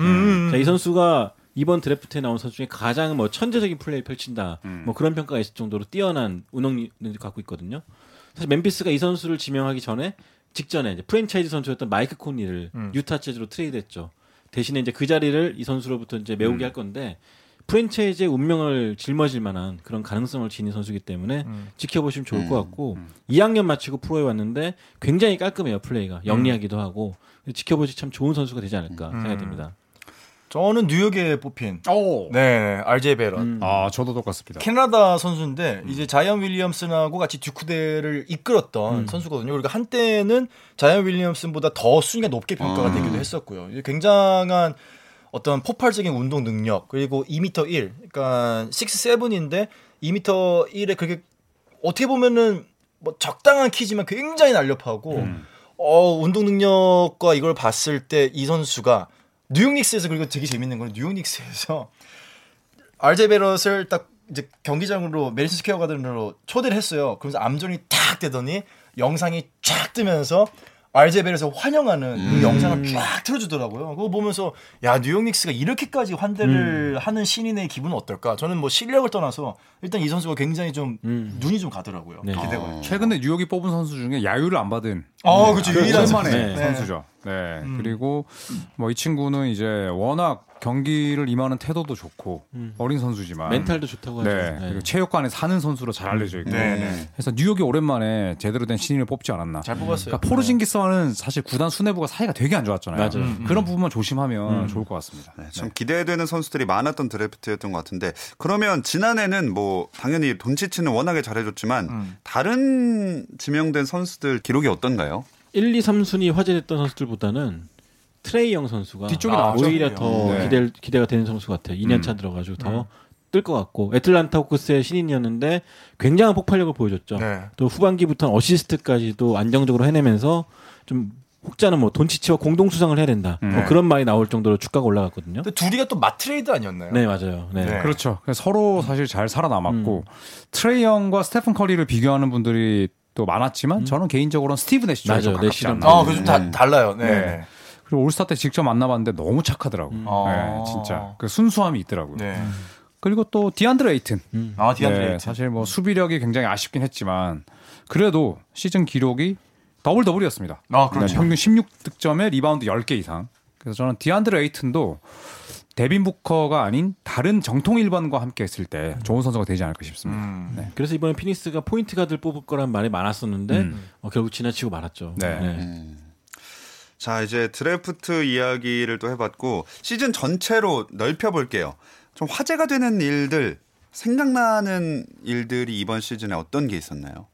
D: 자, 이 선수가 이번 드래프트에 나온 선수 중에 가장 뭐 천재적인 플레이를 펼친다. 뭐 그런 평가가 있을 정도로 뛰어난 운영력을 갖고 있거든요. 사실 멤피스가 이 선수를 지명하기 전에 직전에 이제 프랜차이즈 선수였던 마이크 콘니를 유타 재즈로 트레이드했죠. 대신에 이제 그 자리를 이 선수로부터 이제 메우게 할 건데 프랜차이즈의 운명을 짊어질 만한 그런 가능성을 지닌 선수이기 때문에 지켜보시면 좋을
C: 음,
D: 것 같고 2학년 마치고 프로에 왔는데 굉장히 깔끔해요 플레이가
C: 음.
D: 영리하기도 하고 지켜보시 참 좋은 선수가 되지 않을까 생각이 듭니다.
B: 저는 뉴욕에 뽑힌. 네,
C: 오.
B: 네. RJ 베런.
D: 음.
C: 아, 저도 똑같습니다.
B: 캐나다 선수인데 이제 자이언 윌리엄슨하고 같이 듀크대를 이끌었던 선수거든요. 그러니까 한때는 자이언 윌리엄슨보다 더 순위가 높게 평가가 되기도 했었고요. 이게 굉장한 어떤 폭발적인 운동 능력 그리고 2m 1, 그러니까 6'7인데 2m 1에 그렇게 어떻게 보면은 뭐 적당한 키지만 굉장히 날렵하고 어 운동 능력과 이걸 봤을 때 이 선수가 뉴욕닉스에서 그리고 되게 재밌는 건 뉴욕닉스에서 알제베럿을 딱 이제 경기장으로 메리슨 스퀘어 가든으로 초대를 했어요. 그러면서 암전이 탁 되더니 영상이 쫙 뜨면서 알제베럿을 환영하는
C: 음.
B: 그 영상을 쫙 틀어주더라고요. 그거 보면서 야 뉴욕 닉스가 이렇게까지 환대를
C: 음.
B: 하는 신인의 기분은 어떨까? 저는 뭐 실력을 떠나서 일단 이 선수가 굉장히 좀
D: 음.
B: 눈이 좀 가더라고요.
D: 네.
B: 기대가.
A: 어.
C: 최근에 뉴욕이 뽑은 선수 중에 야유를 안 받은
B: 아, 그렇죠. 유일한
C: 오랜만에
D: 선수. 네.
C: 선수죠. 네. 그리고 뭐 이 친구는 이제 워낙 경기를 임하는 태도도 좋고 어린 선수지만
D: 멘탈도 좋다고 하죠.
C: 아. 네. 그리고 체육관에 사는 선수로 잘 알려져
A: 어,
C: 있고.
B: 네, 네.
C: 그래서 뉴욕이 오랜만에 제대로 된 신인을 뽑지 않았나.
B: 잘 뽑았어요.
C: 그러니까 포르징기스와는 사실 구단 수뇌부가 사이가 되게 안 좋았잖아요.
D: 맞아요.
C: 그런 부분만 조심하면 좋을 것 같습니다.
A: 네, 참 기대되는 선수들이 많았던 드래프트였던 것 같은데 그러면 지난해는 뭐 당연히 돈치치는 워낙에 잘해줬지만 다른 지명된 선수들 기록이 어떤가요?
D: 1, 2, 3순위 화제됐던 선수들보다는 트레이영 선수가
C: 뒤쪽이
D: 아,
C: 나왔죠.
D: 오히려 더
C: 네. 음.
D: 기대, 기대가 되는 선수 같아요. 2년 차 들어가지고 더 뜰 것 같고 애틀란타 호크스의 신인이었는데 굉장한 폭발력을 보여줬죠.
B: 네.
D: 또 후반기부터 는 어시스트까지도 안정적으로 해내면서 좀 혹자는 뭐 돈치치와 공동 수상을 해야 된다.
C: 음.
D: 뭐 그런 말이 나올 정도로 주가가 올라갔거든요.
B: 근데 둘이가 또 마트레이드 아니었나요?
D: 네 맞아요. 네.
B: 네.
C: 그렇죠. 그래서 서로 사실 잘 살아남았고 트레이 형과 스테픈 커리를 비교하는 분들이 또 많았지만 저는 개인적으로는 스티브 내시 쪽에
D: 맞아요.
C: 좀 가깝지
D: 내시랑
C: 않나.
B: 아, 그좀 다 달라요. 네.
C: 네. 그리고 올스타 때 직접 만나봤는데 너무 착하더라고. 요
B: 아.
C: 진짜 그 순수함이 있더라고요.
B: 네.
C: 그리고 또 디안드레 에이튼.
B: 아, 디안드레.
C: 네, 사실 뭐 수비력이 굉장히 아쉽긴 했지만 그래도 시즌 기록이 더블 더블이었습니다.
B: 아, 그렇죠.
C: 네, 평균 16득점에 리바운드 10개 이상. 그래서 저는 디안드레 에이튼도 데빈 부커가 아닌 다른 정통 일반과 함께 했을 때 좋은 선수가 되지 않을까 싶습니다.
B: 음.
C: 네.
D: 그래서 이번에 피닉스가 포인트 가드를 뽑을 거란 말이 많았었는데 어, 결국 지나치고 말았죠.
C: 음. 네.
A: 자 이제 드래프트 이야기를 또 해봤고 시즌 전체로 넓혀볼게요. 좀 화제가 되는 일들 생각나는 일들이 이번 시즌에 어떤 게 있었나요?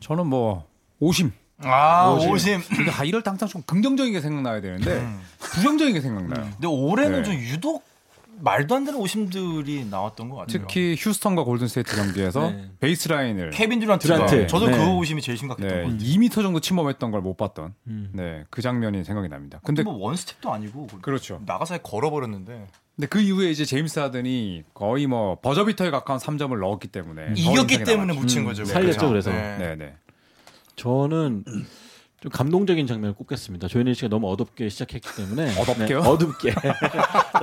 C: 저는 뭐 오심.
B: 아, 오심.
C: 근데 아, 이럴 때 항상 좀 긍정적인 게 생각나야 되는데
B: 음.
C: 부정적인 게 생각나요.
B: 근데 올해는
C: 네.
B: 좀 유독 말도 안 되는 오심들이 나왔던 것 같아요.
C: 특히 휴스턴과 골든스테이트 경기에서
D: 네.
C: 베이스라인을
B: 케빈 듀란트가
D: 듀란트.
B: 저도
D: 네.
B: 그 오심이 제일 심각했던
C: 네,
B: 것 같아요.
C: 2m 정도 침범했던 걸 못 봤던
D: 음.
C: 네, 그 장면이 생각이 납니다. 근데
B: 뭐 원스텝도 아니고
C: 그렇죠.
B: 나가서 걸어버렸는데
C: 근데 그 이후에 이제 제임스 하든이 거의 뭐 버저비터에 가까운 3점을 넣었기 때문에 더
B: 이겼기
C: 인상이
B: 때문에 뭐.
C: 남았죠.
B: 붙인 거죠. 그렇죠?
D: 살렸죠, 그래서.
C: 네, 네.
D: 저는 좀 감동적인 장면을 꼽겠습니다. 조현일 씨가 너무 어둡게 시작했기 때문에
C: (laughs)
D: 네,
C: 어둡게요?
D: 어둡게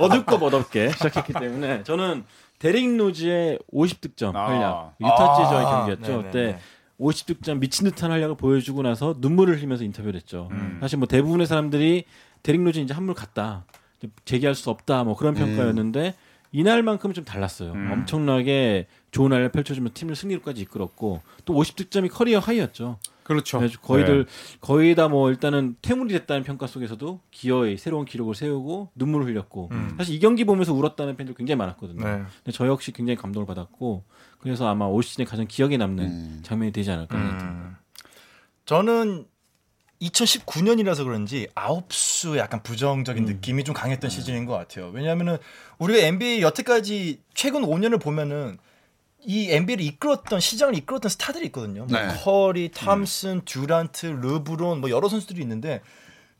D: (laughs) 어둡고 어둡게 시작했기 때문에 저는 데릭 로즈의 50득점
C: 아.
D: 활약
B: 아,
D: 유타 제저의 경기였죠.
B: 네네네.
D: 그때 50득점 미친 듯한 활약을 보여주고 나서 눈물을 흘리면서 인터뷰를 했죠.
C: 음.
D: 사실 뭐 대부분의 사람들이 데릭 로즈 이제 한물 갔다 이제 재기할 수 없다 뭐 그런 평가였는데 이날만큼 좀 달랐어요.
C: 음.
D: 엄청나게 좋은 활약 펼쳐주면 팀을 승리로까지 이끌었고 또 50득점이 커리어 하이였죠.
C: 그렇죠.
D: 그래서 거의들 거의 다 뭐 일단은 퇴물이 됐다는 평가 속에서도 기어의 새로운 기록을 세우고 눈물을 흘렸고 사실 이 경기 보면서 울었다는 팬들 굉장히 많았거든요.
B: 네.
D: 근데 저 역시 굉장히 감동을 받았고 그래서 아마 올 시즌에 가장 기억에 남는
A: 음.
D: 장면이 되지 않을까 생각이 듭니다.
B: 저는 2019년이라서 그런지 아홉수 약간 부정적인
A: 음.
B: 느낌이 좀 강했던 시즌인 것 같아요. 왜냐하면은 우리가 NBA 여태까지 최근 5년을 보면은 이 NBA를 이끌었던 시장을 이끌었던 스타들이 있거든요. 뭐
A: 네.
B: 커리, 탐슨, 듀란트, 르브론 뭐 여러 선수들이 있는데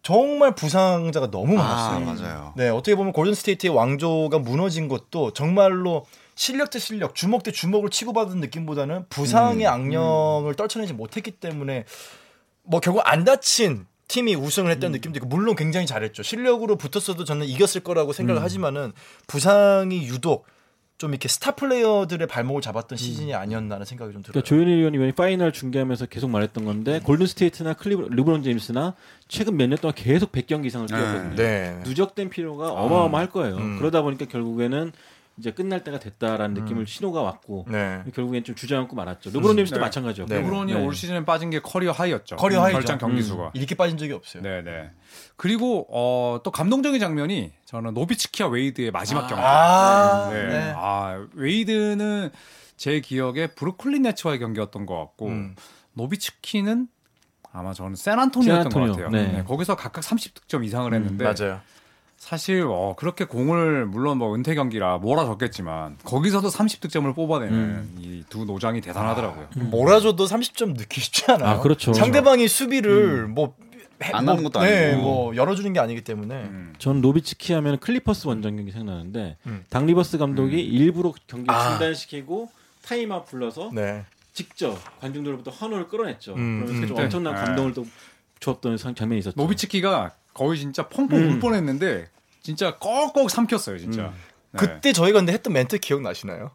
B: 정말 부상자가 너무
A: 아,
B: 많았어요.
A: 맞아요.
B: 네, 어떻게 보면 골든 스테이트의 왕조가 무너진 것도 정말로 실력 대 실력, 주먹 대 주먹을 치고받은 느낌보다는 부상의 악령을 떨쳐내지 못했기 때문에 뭐 결국 안 다친 팀이 우승을 했다는 느낌도 있고 물론 굉장히 잘했죠. 실력으로 붙었어도 저는 이겼을 거라고 생각을 하지만은 부상이 유독 좀 이렇게 스타 플레이어들의 발목을 잡았던 시즌이 아니었나라는 생각이 좀 들어요.
D: 그러니까 조현일 의원이 이번에 파이널 중계하면서 계속 말했던 건데 골든 스테이트나 클리 르브론 제임스나 최근 몇 년 동안 계속 100경기 이상을 뛰었거든요.
B: 네.
D: 누적된 피로가 어마어마할 거예요.
B: 음.
D: 그러다 보니까 결국에는 이제 끝날 때가 됐다라는 느낌을 신호가 왔고
B: 네.
D: 결국엔 좀 주저앉고 말았죠. 르브론 제임스도 마찬가지였고.
B: 네.
C: 르브론이
D: 네.
C: 올 시즌에 빠진 게 커리어 하이였죠.
B: 커리어 하이죠. 예.
C: 결장 경기
D: 음.
C: 수가.
B: 이렇게 빠진 적이 없어요.
C: 네네. 그리고 어, 또 감동적인 장면이 저는 노비츠키와 웨이드의 마지막 경기.
B: 아,
C: 네.
B: 네.
C: 아 웨이드는 제 기억에 브루클린 네츠와의 경기였던 것 같고
B: 음.
C: 노비츠키는 아마 저는 샌안토니오였던
D: 샌안토니오,
C: 것 같아요.
D: 네.
C: 네, 거기서 각각 30득점 이상을
B: 음,
C: 했는데
B: 맞아요.
C: 사실 어, 그렇게 공을 물론 뭐 은퇴 경기라 몰아줬겠지만 거기서도 30득점을 뽑아내는 이 두 노장이 대단하더라고요.
B: 음. 몰아줘도 음. 30점 넣기 쉽지 않아요.
D: 아, 그렇죠.
B: 상대방이 수비를 뭐 해-
A: 음. 안
B: 뭐,
A: 하는 것도
B: 네,
A: 아니고.
B: 뭐 열어주는 게 아니기 때문에
C: 음.
D: 전 노비츠키 하면 클리퍼스 원정 경기 생각나는데
B: 음.
D: 당 리버스 감독이 일부러 경기 를
B: 아.
D: 중단시키고 타임아웃 불러서
B: 네.
D: 직접 관중들로부터 환호를 끌어냈죠.
B: 음.
D: 그러면서 좀
C: 음.
D: 엄청난
C: 네.
D: 감동을 또 줬던 상- 장면이 있었죠.
C: 노비츠키가 거의 진짜 펑펑
B: 음.
C: 울 뻔했는데 진짜 꺽꺽 삼켰어요 진짜. 네.
B: 음. 그때 저희가 근데 했던 멘트 기억나시나요?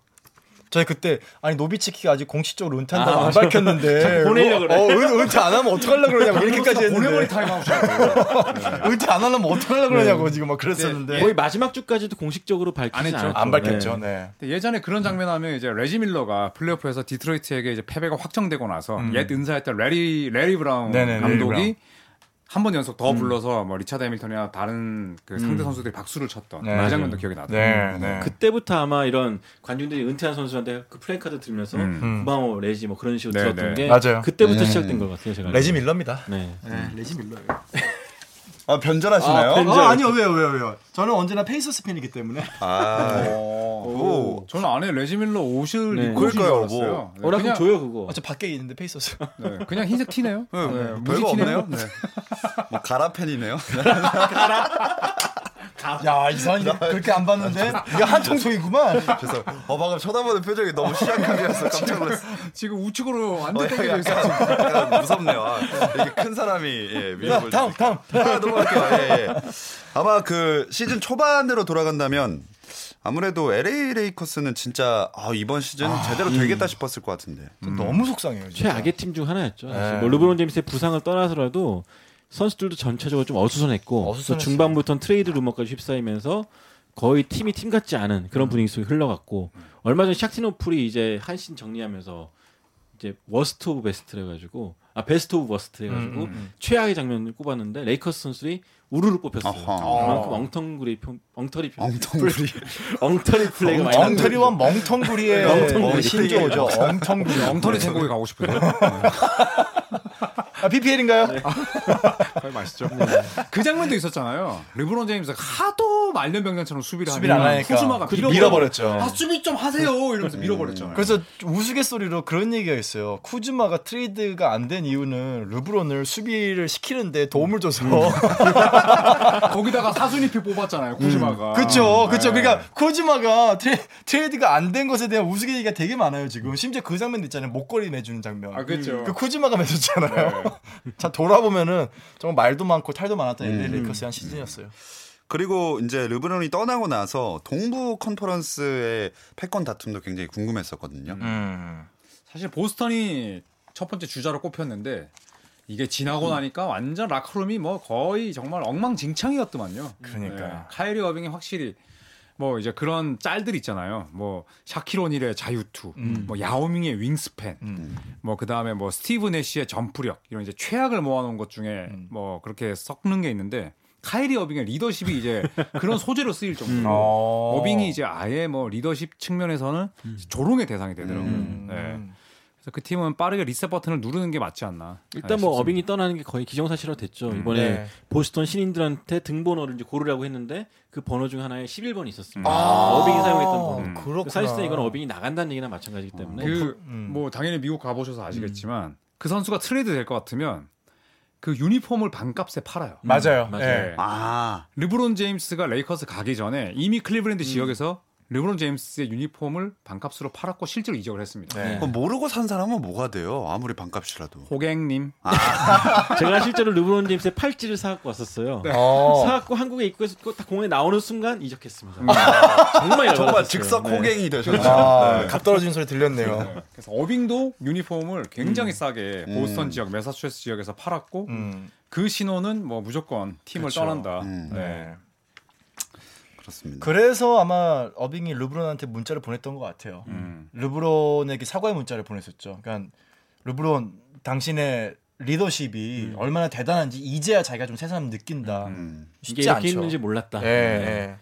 B: 저희 그때 아니 노비츠키가 아직 공식적으로 은퇴한다고 안 밝혔는데
D: 보내려고
B: 뭐, 어, 은, 은퇴 안 하면 어떡하려고 그러냐고 이렇게까지
C: 보내버린
B: 했는데 네.
C: 타임아웃.
B: (laughs) 은퇴 안 하려면
D: 네.
B: 어떡하려고 그러냐고 지금 막 그랬었는데
D: 거의 마지막 주까지도 공식적으로
C: 안
D: 밝히지
C: 했죠.
D: 않았죠.
B: 안 밝혔죠.
D: 네.
B: 네.
C: 근데 예전에 그런 장면 하면 이제 레지 밀러가 플레이오프에서 디트로이트에게 이제 패배가 확정되고 나서
B: 음.
C: 옛 은사했던 레리 레리 브라운
B: 네네, 레리
C: 감독이
B: 브라운. 음.
C: 한 번 연속 더 불러서 뭐 리차드 해밀턴이나 다른 그 상대 선수들이 박수를 쳤던
B: 네.
C: 그 장면도 기억이 나더라고요.
B: 네, 네.
D: 음. 그때부터 아마 이런 관중들이 은퇴한 선수한테 그 플랜카드 들면서
C: 음.
D: 고마워 레지 뭐 그런 식으로
C: 네,
D: 들었던
C: 네.
D: 게
B: 맞아요.
D: 그때부터
A: 네.
D: 시작된 것 같아요 제가
B: 음. 레지 밀러입니다.
D: 네.
B: 레지 밀러예요.
A: 어, 아, 변절하시나요?
D: 아, 변-
B: 아, 아니요 왜요 왜요 왜요. 저는 언제나 페이서스 팬이기 때문에
A: 아, 오.
C: 저는 안에 레지 밀러 옷을
D: 네.
C: 입고
A: 그러니까요,
C: 있는 줄 알았어요.
A: 뭐.
C: 네,
D: 어라 그럼
C: 그냥,
D: 줘요 그거
B: 어차 밖에 있는데 페이서스.
C: 네, 그냥 흰색 티네요.
A: 네,
C: 무지
A: 별거 없네요.
C: 티네요.
A: 네. 뭐 가라 팬이네요.
B: 야 이상한 일 그렇게 안 봤는데 이거 한 통통이구만.
A: 그래서 어 방금 쳐다보는 표정이 너무 시약함이었어. 깜짝 놀랐어.
C: 지금 우측으로 완전
A: 어,
C: 땡겨져
A: 약간,
C: 있어요.
A: 약간 무섭네요. 아, 이렇게 큰 사람이 예,
B: 야,
A: 밀어볼
B: 다음 다음.
A: 아, 넘어갈게요. 예, 예. 아마 그 시즌 초반으로 돌아간다면 아무래도 LA 레이커스는 진짜 아, 이번 시즌 제대로 되겠다 싶었을 것 같은데.
B: 음. 너무 속상해요. 진짜.
D: 최악의 팀 중 하나였죠. 사실.
B: 그러니까. 네.
D: 뭐 르브론 제임스의 부상을 떠나서라도 선수들도 전체적으로 좀 어수선했고 또
B: 어수선했어요.
D: 중반부터는 트레이드 루머까지 휩싸이면서 거의 팀이 팀 같지 않은
B: 음.
D: 그런 분위기 속에 흘러갔고 얼마 전에 샥티노풀이 이제 한신 정리하면서 이제 워스트 오브 베스트를 해가지고 아 베스트 오브 워스트 해가지고
B: 음, 음, 음.
D: 최악의 장면을 꼽았는데 레이커스 선수들이 우르르 뽑혔어요.
A: 아하.
D: 그만큼 엉텅구리 평, 엉터리 평,
A: 엉덩이.
D: 엉터리 플레이가 많이 나온 거죠.
B: 엉터리와
C: 네.
B: 멍텅구리의
A: 멍텅구리.
B: 신조어죠. 엉텅구리.
C: 엉터리 생고기 가고 싶어요.
B: 아, PPL인가요?
C: 네. 거의 맛있죠. 그 장면도 있었잖아요. 르브론 제임스가 하도 말년병장처럼 수비를,
B: 수비를 안 하니까.
C: 코즈마가
B: 그-
C: 밀어버려-
B: 밀어버렸죠. 음.
C: 아 수비 좀 하세요 이러면서 밀어버렸잖아요.
B: 그래서 우스갯소리로 그런 얘기가 있어요. 쿠즈마가 트레이드가 안 된 이유는 르브론을 수비를 시키는데 도움을 줘서.
C: 거기다가 사순이피 뽑았잖아요.
B: (laughs)
C: 코즈마가.
B: 그쵸, 그쵸.
C: 네.
B: 그러니까 쿠즈마가 트레, 트레이드가 안 된 것에 대한 우스갯소리가 되게 많아요, 지금. 심지어 그 장면 있잖아요. 목걸이 매주는 장면.
C: 아 그쵸.
B: 그 쿠즈마가 맺었잖아요. (laughs) 자, 돌아보면은 정말 말도 많고 탈도 많았던
D: 음.
B: LA 레이커스의 한 시즌이었어요.
A: 그리고 이제 르브론이 떠나고 나서 동부 컨퍼런스의 패권 다툼도 굉장히 궁금했었거든요.
B: 음.
C: 사실 보스턴이 첫 번째 주자로 꼽혔는데 이게 지나고
B: 음.
C: 나니까 완전 라크룸이 뭐 거의 정말 엉망진창이었더만요.
B: 음. 그러니까요.
C: 카이리 어빙이 확실히 뭐 이제 그런 짤들 있잖아요. 뭐 샤키로닐의 자유투,
B: 음.
C: 뭐 야오밍의 윙스팬, 뭐 그다음에 뭐 스티브 내시의 점프력 이런 이제 최악을 모아놓은 것 중에
B: 음.
C: 뭐 그렇게 섞는 게 있는데 카이리 어빙의
B: (laughs)
C: 리더십이 이제 그런 소재로 쓰일 정도로
B: 어.
C: 음. 어빙이 이제 아예 뭐 리더십 측면에서는
B: 음.
C: 조롱의 대상이 되더라고요. 네. 그래서 그 팀은 빠르게 리셋 버튼을 누르는 게 맞지 않나. 아,
D: 일단 뭐
C: 싶습니다.
D: 어빙이 떠나는 게 거의 기정사실화 됐죠. 이번에
B: 아,
D: 음.
B: 네.
D: 보스턴 신인들한테 등번호를 이제 고르라고 했는데 그 번호 중 하나에 11번이 있었습니다. 어빙이 사용했던 번호.
C: 음.
B: 음. 아. 그렇구나.
D: 사실상 이건 어빙이 나간다는 얘기나 마찬가지이기 때문에
C: 그
B: 음.
C: 뭐 당연히 미국 가보셔서 아시겠지만 그 선수가 트레이드 될 것 같으면 그 유니폼을 반값에 팔아요. 네.
B: 맞아요.
D: 음. 맞아요.
B: 예.
A: 아,
C: 르브론 제임스가 레이커스 가기 전에 이미 클리브랜드 지역에서 르브론 제임스의 유니폼을 반값으로 팔았고 실제로 이적을 했습니다.
B: 네.
A: 그거 모르고 산 사람은 뭐가 돼요? 아무리 반값이라도.
C: 호갱님
B: 그
D: 제가 실제로 르브론 제임스의 팔찌를 사갖고 왔었어요.
B: 어. 음.
D: 사갖고 한국에 입국해서 그거 다 공에 나오는 순간
C: 음.
D: 이적했습니다. 아, 정말 열받았어요.
A: 정말 즉석
D: 네.
A: 호갱이 되셨죠.
B: 아, 값 떨어진 소리 들렸네요.
C: 그래서 어빙도 유니폼을 굉장히 싸게 보스턴 지역, 매사추세츠 지역에서 팔았고
B: 음.
C: 그 신호는 뭐 무조건 팀을
B: 그쵸.
C: 떠난다.
A: 음.
B: 네.
A: 그렇습니다.
B: 그래서 아마 어빙이 르브론한테 문자를 보냈던 것 같아요.
C: 음.
B: 르브론에게 사과의 문자를 보냈었죠. 그러니까 르브론 당신의 리더십이
D: 음.
B: 얼마나 대단한지 이제야 자기가 좀 새삼 느낀다.
A: 음.
B: 쉽지
D: 이게 음, 이렇게
B: 않죠.
D: 있는지 음. 몰랐다. 네.
B: 예, 예.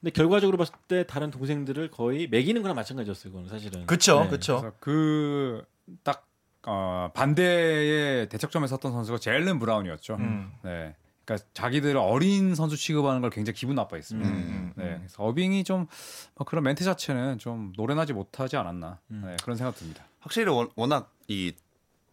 D: 근데 결과적으로 봤을 때 다른 동생들을 거의 매기는 거나 마찬가지였어요. 그건 사실은.
B: 그쵸,
D: 네.
B: 그쵸.
C: 그래서 그딱 어, 반대의 대척점에 섰던 선수가 제일른 브라운이었죠.
B: 음.
C: 네. 그러니까 자기들 어린 선수 취급하는 걸 굉장히 기분 나빠했습니다.
B: 음.
C: 네. 그래서 어빙이 좀뭐 그런 멘트 자체는 좀 노련하지 못하지 않았나 네, 그런 생각 듭니다.
A: 확실히 워- 워낙 이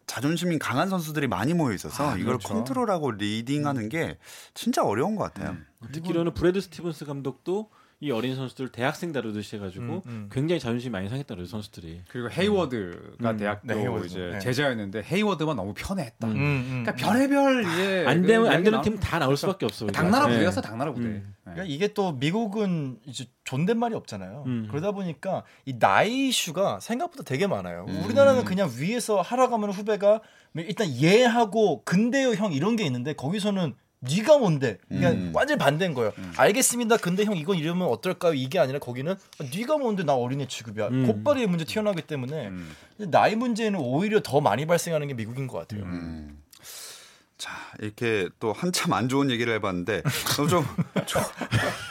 A: 자존심이 강한 선수들이 많이 모여 있어서 이걸 컨트롤하고 리딩하는 게 진짜 어려운 것 같아요.
D: 듣기로는 브래드 스티븐스 감독도 이 어린 선수들 대학생 다루듯이 해가지고 그
B: 음, 음.
D: 굉장히 자존심 많이 상했다고 선수들이.
C: 그리고 헤이워드가
B: 음.
C: 대학교
B: 네, 헤이워드.
C: 이제
B: 네.
C: 제자였는데 헤이워드만 너무 편애했다.
D: 음.
B: 음, 음.
C: 그러니까 별의별 이제
D: 안 되면 안
C: 이야기
D: 되는
C: 나오-
D: 팀은 다 나올 수밖에 없어. 우리가.
C: 그러니까 당나라
D: 네.
C: 부대였어 당나라 부대.
D: 음.
C: 네.
B: 그러니까 이게 또 미국은 이제 존댓말이 없잖아요.
D: 음.
B: 그러다 보니까 이 나이 이슈가 생각보다 되게 많아요. 우리나라는 그냥 위에서 하라고 하면 후배가 뭐 일단 예하고 근데요 형 이런 게 있는데 거기서는 네가 뭔데? 그냥
A: 음.
B: 완전 히 반대인 거예요. 알겠습니다. 근데 형 이건 이러면 어떨까요? 이게 아니라 거기는 아, 네가 뭔데 나 어린애 취급이야.
D: 음.
B: 곧바로 이 문제 튀어나오기 때문에
C: 음.
B: 나이 문제는 오히려 더 많이 발생하는 게 미국인 것 같아요.
A: 음. 자 이렇게 또 한참 안 좋은 얘기를 해봤는데 좀, (laughs) 좀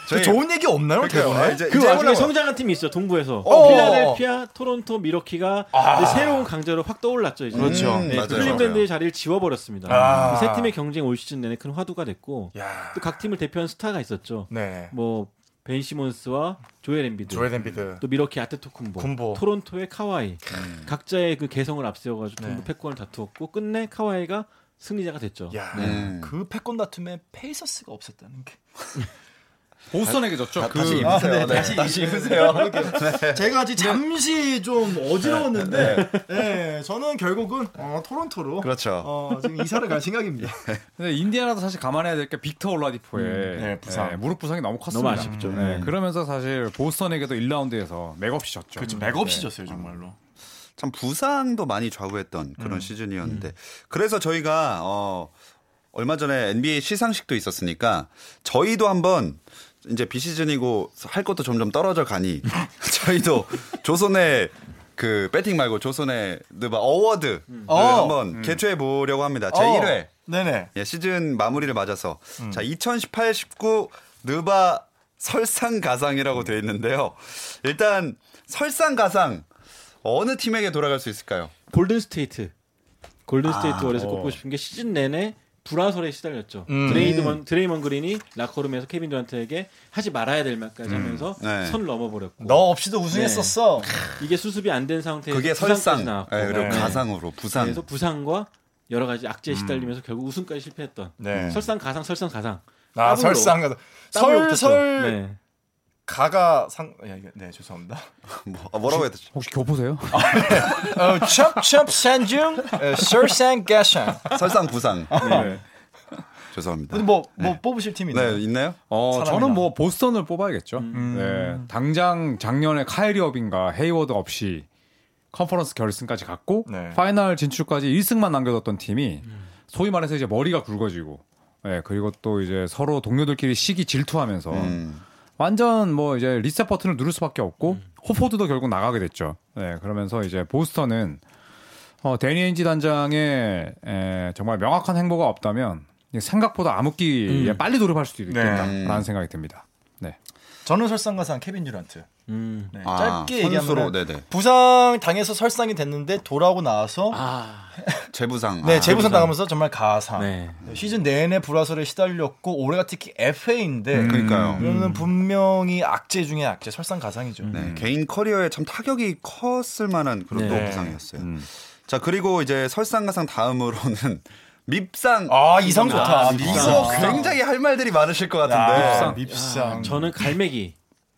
B: 저그 좋은 얘기 없나요? 대본에?
A: 이제
D: 그
A: 이제
D: 와중에
A: 올라와-
D: 성장한 팀이 있어 동부에서
B: 어.
D: 필라델피아, 토론토, 미러키가 이제 새로운 강자로 확 떠올랐죠. 이제.
B: 그렇죠.
A: 음,
D: 네,
A: 맞아요.
D: 클린랜드의 자리를 지워버렸습니다.
B: 아.
D: 이세 팀의 경쟁 올 시즌 내내 큰 화두가 됐고
B: 야.
D: 또 각 팀을 대표한 스타가 있었죠.
B: 네.
D: 뭐벤 시몬스와 조엘 엠비드,
B: 조엘 엠비드.
D: 또 미러키 아테토쿤보,
B: 군보.
D: 토론토의 카와이 각자의 그 개성을 앞세워가지고 동부
B: 네.
D: 패권을 다투었고 끝내 카와이가 승리자가 됐죠.
B: 야,
A: 음.
B: 그 패권 다툼에 페이서스가 없었다는 게.
C: 보스턴에게 졌죠. 그
A: 다시 입으세요.
C: (laughs)
A: 네,
B: 다시, (laughs) 입으세요. 제가 아직 잠시 좀 어지러웠는데, 예, 저는 결국은 어, 토론토로
A: 그렇죠.
B: 어, 지금 이사를 갈 생각입니다.
C: 근데 인디애나도 사실 감안해야 될 게 빅터 올라디포의
B: 네, 부상.
C: 네, 무릎 부상이 너무 컸습니다.
D: 너무 아쉽죠.
C: 네, 그러면서 사실 보스턴에게도 1라운드에서 맥없이 졌죠.
B: 그 그렇죠.
C: 음.
B: 맥없이 졌어요 정말로.
A: 참 부상도 많이 좌우했던 그런 시즌이었는데 그래서 저희가 어 얼마 전에 NBA 시상식도 있었으니까 저희도 한번 이제 비시즌이고 할 것도 점점 떨어져 가니 저희도 조선의 그 배팅 말고 조선의 느바 어워드를
B: 어.
A: 한번 개최해 보려고 합니다. 제 1회
B: 네네.
A: 예, 시즌 마무리를 맞아서
B: 음.
A: 자 2018, 19 느바 설상가상이라고 되어 있는데요. 일단 설상가상 어느 팀에게 돌아갈 수 있을까요?
D: 골든 스테이트.
A: 아,
D: 골든 스테이트 월에서
A: 어.
D: 꼽고 싶은 게 시즌 내내 불화설에 시달렸죠.
B: 음.
D: 드레이먼 드레이먼 그린이 라커룸에서 케빈 듀란트에게 하지 말아야 될 말까지 하면서
A: 네.
D: 선을 넘어버렸고
B: 너 없이도 우승했었어.
D: 이게 수습이 안 된 상태에서
A: 그게
D: 부상까지
A: 설상
D: 나왔고
A: 예, 그리고
B: 네.
A: 가상으로 부상 음.
D: 그래서 부상과 여러 가지 악재에 시달리면서 결국 우승까지 실패했던
B: 네.
D: 설상 가상 설상 가상
B: 아
D: 더블로.
B: 설상가
D: 더블로 붙었죠.
A: 음.
B: 설설
D: 네.
B: 가가 상. 야, 이거- 네 죄송합니다.
A: 뭐, 아, 뭐라고 해야 되지?
B: (laughs)
C: 혹시 교포세요?
B: 어, 첩첩 산중 네, 설상 가상.
A: 설상 부상 어.
C: 네.
A: 죄송합니다.
B: 근데 뭐뭐 뽑으실 팀이 있나요?
A: 네 있나요?
C: 어,
B: 사람이나. 음.
C: 저는 뭐 보스턴을 뽑아야겠죠. 네, 당장 작년에 카이리 어빙과 헤이워드 없이 컨퍼런스 결승까지 갔고
B: 네.
C: 파이널 진출까지 1승만 남겨뒀던 팀이 소위 말해서 이제 머리가 굵어지고 네, 그리고 또 이제 서로 동료들끼리 시기 질투하면서
A: 음.
C: 완전 뭐 이제 리셋 버튼을 누를 수밖에 없고
D: 음.
C: 호포드도 결국 나가게 됐죠. 네, 그러면서 이제 보스턴은 어, 데니 엔지 단장의 에, 정말 명확한 행보가 없다면 생각보다
D: 음.
C: 암흑기에 빨리 돌입할 수도 있겠다라는 생각이 듭니다. 네.
B: 저는 설상가상 케빈 듀란트.
D: 음.
B: 네,
A: 아,
B: 짧게
A: 선수로,
B: 얘기하면
A: 네네.
B: 부상 당해서 설상이 됐는데 돌아오고 나서
D: 아,
A: 재부상.
B: 네
A: 아,
B: 재부상 당하면서 정말 가상.
D: 네.
B: 시즌 내내 불화설에 시달렸고 올해가 특히 FA인데
A: 음, 그러니까요.
B: 이거는 분명히 악재 중에 악재 설상가상이죠.
A: 네, 개인 커리어에 참 타격이 컸을 만한
B: 네.
A: 그런 또 부상이었어요.
C: 음.
A: 자 그리고 이제 설상가상 다음으로는 (laughs) 밉상.
B: 아 이상 좋다. 아,
A: 아, 이거 굉장히 할 말들이 많으실 것 같은데.
B: 밉상
A: 아, 음.
B: 밉상.
D: 저는 갈매기.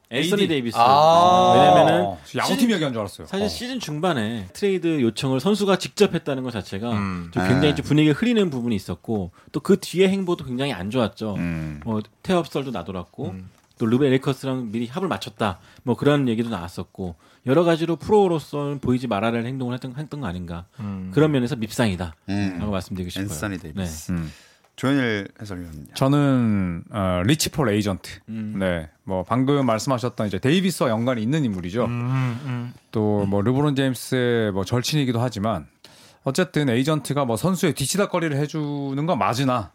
D: 에이서니 데이비스.
B: 아.
D: 왜냐면은
C: 어, 야구팀
D: 시즌-
C: 얘기한
A: 그러니까.
C: 줄 알았어요.
D: 네. 사실 시즌 중반에 트레이드 요청을 선수가 직접 했다는 것 자체가 좀
A: 아.
D: 굉장히 좀 분위기가 흐리는 부분이 있었고 또 그 뒤에 행보도 굉장히 안 좋았죠.
A: 음.
D: 뭐 태업설도 나돌았고 또 르베 레이커스랑 미리 합을 맞췄다. 뭐 그런 얘기도 나왔었고 여러 가지로 프로로서는 보이지 말아야 할 행동을 했던, 했던 거 아닌가. 그런 면에서 밉상이다.
A: 음.
D: 라고 말씀드리고 싶어요. 네.
A: 앤서니 데이비스.
C: 음.
A: 조현일 해설위원님.
C: 저는 어, 리치폴 에이전트.
D: 음.
C: 네, 뭐 방금 말씀하셨던 이제 데이비스와 연관이 있는
D: 음,
C: 인물이죠. 또 뭐 르브론 제임스의 뭐 절친이기도 하지만 어쨌든 에이전트가 뭐 선수의 뒤치다거리를 해주는 건 맞으나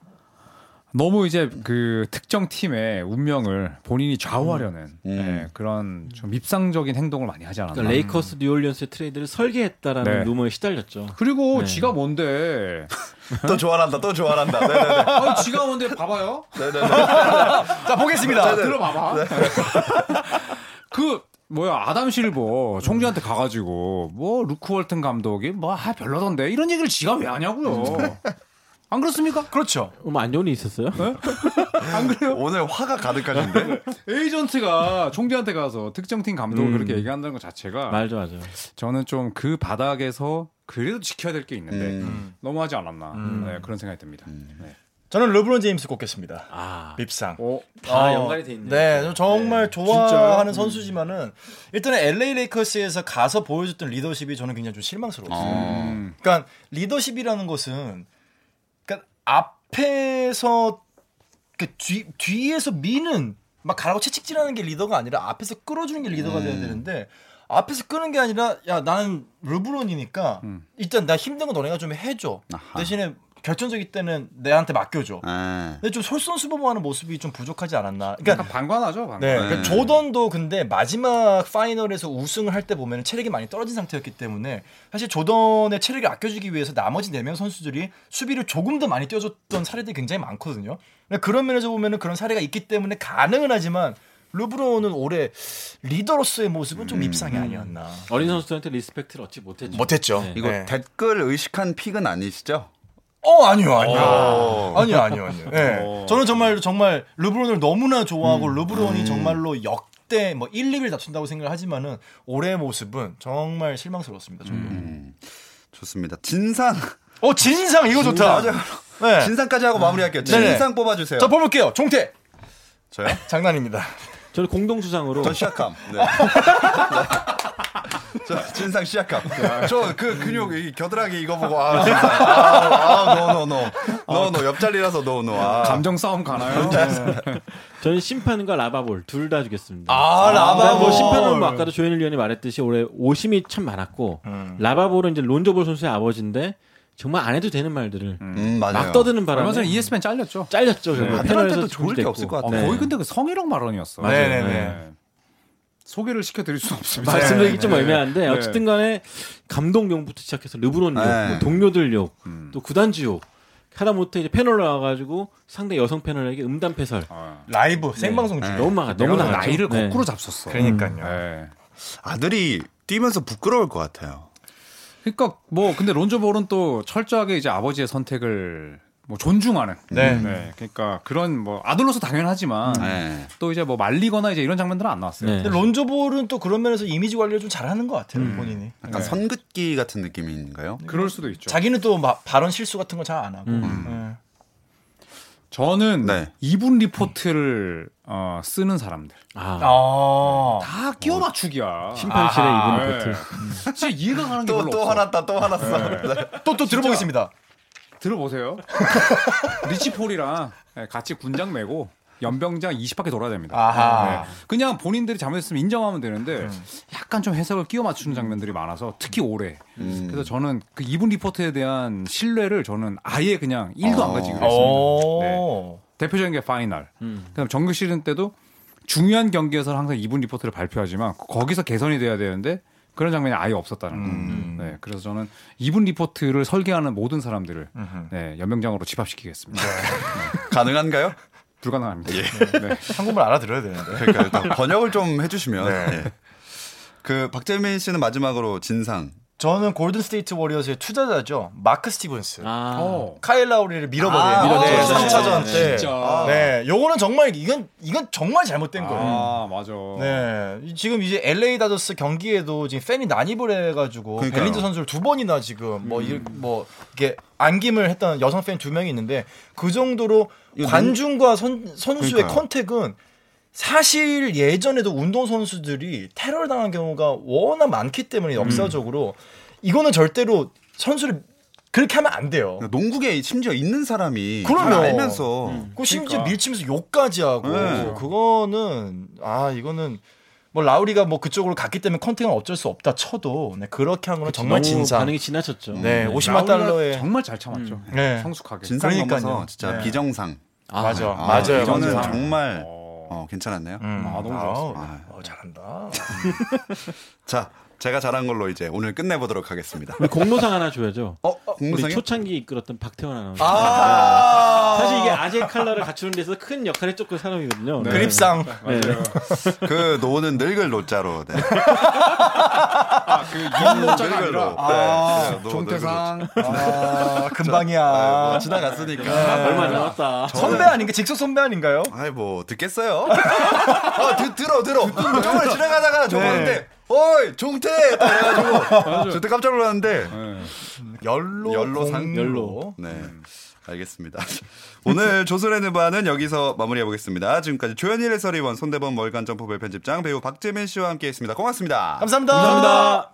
C: 너무 이제 그 특정 팀의 운명을 본인이 좌우하려는 네, 그런 좀 밉상적인 행동을 많이 하지 않았나.
D: 음.
A: 아.
D: 그러니까 레이커스 뉴올리언스의 트레이드를 설계했다라는
C: 네.
D: 루머에 시달렸죠. 네.
C: 그리고 지가
D: (laughs)
C: 뭔데?
A: (laughs) 또 좋아한다. 또 좋아한다. 네네네. 네,
C: 아니 지가 뭔데? 봐봐요.
A: (laughs)
B: 자 보겠습니다.
C: 들어봐봐. (laughs) 그 뭐야 아담 실버 총재한테 가가지고 뭐 루크 월튼 감독이 뭐 아, 별로던데 이런 얘기를 지가 왜 하냐고요. 안 그렇습니까?
B: 그렇죠.
D: 뭐 안 좋은 일 있었어요?
C: 안 그래요?
A: 오늘 화가 가득하신데.
C: 에이전트가 총재한테 가서 특정 팀 감독을 그렇게 얘기한다는 것 자체가
D: 맞아 맞아.
C: 저는 좀 그 바닥에서 그래도 지켜야 될 게 있는데
A: 음.
C: 너무하지 않았나 네, 그런 생각이 듭니다. 네.
B: 저는 르브론 제임스 꼽겠습니다.
D: 아.
B: 밉상.
C: 어,
D: 다
A: 아,
B: 어,
D: 연관이 돼 있네요.
B: 네, 저 정말
C: 진짜요?
B: 좋아하는 선수지만은 일단은 LA 레이커스에서 가서 보여줬던 리더십이 저는 굉장히 좀 실망스러웠어요.
C: 음,
B: 그러니까 리더십이라는 것은 그러니까 앞에서 그 뒤, 뒤에서 미는 막 가라고 채찍질하는 게 리더가 아니라 앞에서 끌어주는 게 리더가
D: 음.
B: 돼야 되는데 앞에서 끄는 게 아니라 야 나는 르브론이니까
D: 음.
B: 일단 나 힘든 거 너네가 좀 해줘
A: 아하.
B: 대신에 결정적일 때는 내한테 맡겨줘
A: 아.
B: 근데 좀 솔선수범하는 모습이 좀 부족하지 않았나 그러니까
C: 약간 방관하죠, 방관.
B: 네,
A: 네.
B: 그러니까 조던도 근데 마지막 파이널에서 우승을 할 때 보면 체력이 많이 떨어진 상태였기 때문에 사실 조던의 체력을 아껴주기 위해서 나머지 네 명 선수들이 수비를 조금 더 많이 뛰어줬던 사례들이 굉장히 많거든요. 근데 그런 면에서 보면 그런 사례가 있기 때문에 가능은 하지만 르브론은 올해 리더로서의 모습은 좀 입상이 아니었나.
D: 어린 선수들한테 리스펙트를 얻지 못했죠.
B: 못했죠.
D: 네.
A: 이거 댓글 의식한 픽은 아니시죠?
B: 어 아니요 아니요
A: 오.
B: 아니요 아니요 아니요. 예. 저는 정말 정말 르브론을 너무나 좋아하고 르브론이 정말로 역대 뭐 1, 2위를 다툰다고 생각을 하지만은 올해의 모습은 정말 실망스러웠습니다. 저도.
A: 좋습니다. 진상.
B: 어 진상 이거 좋다. 네.
A: 진상까지 하고 마무리할게요.
B: 네네.
A: 진상 뽑아주세요.
B: 자 뽑을게요. 종태
A: 저요?
B: 장난입니다.
D: 저는 공동 수상으로
A: 전 시약함. (laughs) 네. 저 진상 시약함. 저 그 근육 이 겨드랑이 이거 보고 아 진짜 아 노노노 노노 옆자리라서 노노 아.
C: 감정 싸움 가나요?
D: 저는 심판과 라바볼 둘 다 주겠습니다.
B: 아
D: 일단 뭐
B: 라바볼.
D: 심판은 뭐 아까도 조현일 위원이 말했듯이 올해 오심이 참 많았고
A: 음.
D: 라바볼은 이제 론조볼 선수의 아버지인데 정말 안 해도 되는 말들을
A: 음 맞아요.
D: 막 떠드는 바람에
C: 얼마 전에 ESPN E 잘렸죠.
D: 잘렸죠. 결국.
A: 아,
D: 패널에서
A: 패널 때도 좋을 게
D: 중지됐고.
A: 없을 것 같아.
C: 어,
A: 네.
C: 거의 근데 그 성희롱 발언이었어.
B: 맞아요. 네네네.
C: 소개를 시켜드릴 수는 없습니다.
D: 말씀드리기 좀
C: 네.
D: 애매한데
C: 네.
D: 어쨌든 간에 감독용부터 시작해서 르브론 욕,
A: 네. 음.
D: 뭐 동료들 욕, 또 구단주 욕 하다못해 이제 패널로 와가지고 상대 여성 패널에게 음담 패설
C: 아,
B: 라이브 생방송
A: 네.
B: 중.
D: 너무 막 너무
C: 내가
D: 나갔죠.
C: 나이를
D: 네.
C: 거꾸로 잡섰어.
B: 그러니까요.
C: 네.
A: 아들이 뛰면서 부끄러울 것 같아요.
C: 그러니까 뭐 근데 론조 볼은 또 철저하게 이제 아버지의 선택을 뭐 존중하는.
B: 네.
C: 네. 그러니까 그런 뭐 아들로서 당연하지만
A: 네.
C: 또 이제 뭐 말리거나 이제 이런 장면들은 안 나왔어요.
D: 네.
B: 근데 론조볼은 또 그런 면에서 이미지 관리를 좀 잘하는 것 같아요 본인이.
A: 약간
C: 네.
A: 선긋기 같은 느낌인가요?
C: 그럴 수도 있죠.
B: 자기는 또 막 발언 실수 같은 거 잘 안 하고. 예.
C: 저는
A: 네.
C: 이분 리포트를 어, 쓰는 사람들
D: 아,
B: 아.
C: 다 끼워 맞추기야.
D: 심판실에
C: 아,
D: 이분 버튼.
C: 네. 진짜 이해가 가는 게
A: 또
C: 별로
A: 또
C: 없어.
A: 화났다 또 화났어. 네.
B: 또 또 들어보겠습니다.
C: (laughs) 들어보세요. 리치폴이랑 같이 예, 군장 메고 연병장 20바퀴 돌아야 됩니다.
B: 아하.
C: 네. 그냥 본인들이 잘못했으면 인정하면 되는데 약간 좀 해석을 끼워 맞추는 장면들이 많아서 특히 올해. 그래서 저는 그 이분 리포트에 대한 신뢰를 저는 아예 어. 그냥 1도 안 가지기로 했습니다.
B: 오.
C: 대표적인 게 파이널. 그다음 정규 시즌 때도 중요한 경기에서는 항상 이분 리포트를 발표하지만 거기서 개선이 돼야 되는데 그런 장면이 아예 없었다는 거. 네, 그래서 저는 이분 리포트를 설계하는 모든 사람들을
B: 음.
C: 네, 연명장으로 집합시키겠습니다.
A: 가능한가요?
C: 불가능합니다. 네.
B: 한국말 알아들어야 되는데. 네.
A: 그러니까 (laughs) 일단 번역을 좀 해주시면.
C: 네.
A: 예. 그 박재민 씨는 마지막으로 진상.
B: 저는 골든 스테이트 워리어스의 투자자죠. 마크 스티븐스.
D: 아.
C: 어,
B: 카일 라우리를 밀어버리는
C: 아,
B: 네,
C: 밀어버리는
B: 3차전
C: 네,
B: 때.
C: 진짜.
B: 네, 요거는 정말 이건 이건 정말 잘못된 거예요.
C: 아, 맞아.
B: 네, 이- 지금 이제 LA 다저스 경기에도 지금 팬이 난입을 해가지고
A: 그러니까요. 음.
B: 벨린저 선수를 두 번이나 지금 뭐, 이, 뭐 이게 안김을 했던 여성 팬 두 명이 있는데 그 정도로 관중과 선,
A: 네.
B: 선수의
A: 그러니까요.
B: 컨택은 사실 예전에도 운동 선수들이 테러를 당한 경우가 워낙 많기 때문에
A: 음.
B: 역사적으로 이거는 절대로 선수를 그렇게 하면 안 돼요.
A: 농구에 심지어 있는 사람이
B: 그럼요.
A: 잘 알면서
B: 그 심지어 밀치면서 욕까지 하고
A: 네.
B: 그거는 아 이거는 뭐 라우리가 뭐 그쪽으로 갔기 때문에 컨택은 어쩔 수 없다 쳐도 네, 그렇게 한 거는 정말
D: 너무
B: 진상.
D: 반응이 지나쳤죠.
B: 네, 50만
C: 라울이가
B: 달러에
C: 정말 잘 참았죠.
B: 네.
C: 성숙하게.
A: 진상
B: 그러니까요.
A: 넘어서 진짜
B: 네.
A: 비정상.
D: 아,
B: 맞아,
A: 아,
B: 맞아요.
A: 이거는
B: 맞아요.
A: 정말
C: 어.
A: 어, 괜찮았네요.
B: 음,
C: 아, 너무 좋았어.
B: 아, 어, 잘한다.
A: 자, 제가 잘한 걸로 이제 오늘 끝내보도록 하겠습니다.
D: 우리 공로상 하나 줘야죠.
A: 어,
D: 우리
A: 공무상이
D: 초창기 이끌었던 박태원 아나운서. 네.
B: 아,
D: (laughs) 사실 이게 아재 칼라를 갖추는 데서 큰 역할을 했던 사람이거든요. 네.
B: 그립상.
D: 네.
A: 그 노는 늙을 노자로. 네.
C: 아, 그 이문자가
A: 늙을
C: 아니라
A: 노.
B: 아,
A: 네, 노, 늙을 노.
C: 종태상.
B: 아,
A: 아, 뭐
B: 금방이야. 네.
A: 지나갔으니까.
D: 얼마
B: 아.
D: 안 남았다.
B: 선배 아닌가? 직속 선배 아닌가요?
A: 아이 뭐 듣겠어요? (laughs) 아, 드, 들어 들어. 정말 지나가다가 저거 하는데 어이 종태 딱 이래가지고 저때 깜짝 놀랐는데
C: 네.
B: 열로
A: 연로상?
B: 공로.
D: 연로.
A: 네 알겠습니다. (laughs) 오늘 조선의 바는 여기서 마무리해 보겠습니다. 지금까지 조현일 해설위원 손대범 월간 점프볼 편집장 배우 박재민 씨와 함께했습니다. 고맙습니다.
B: 감사합니다.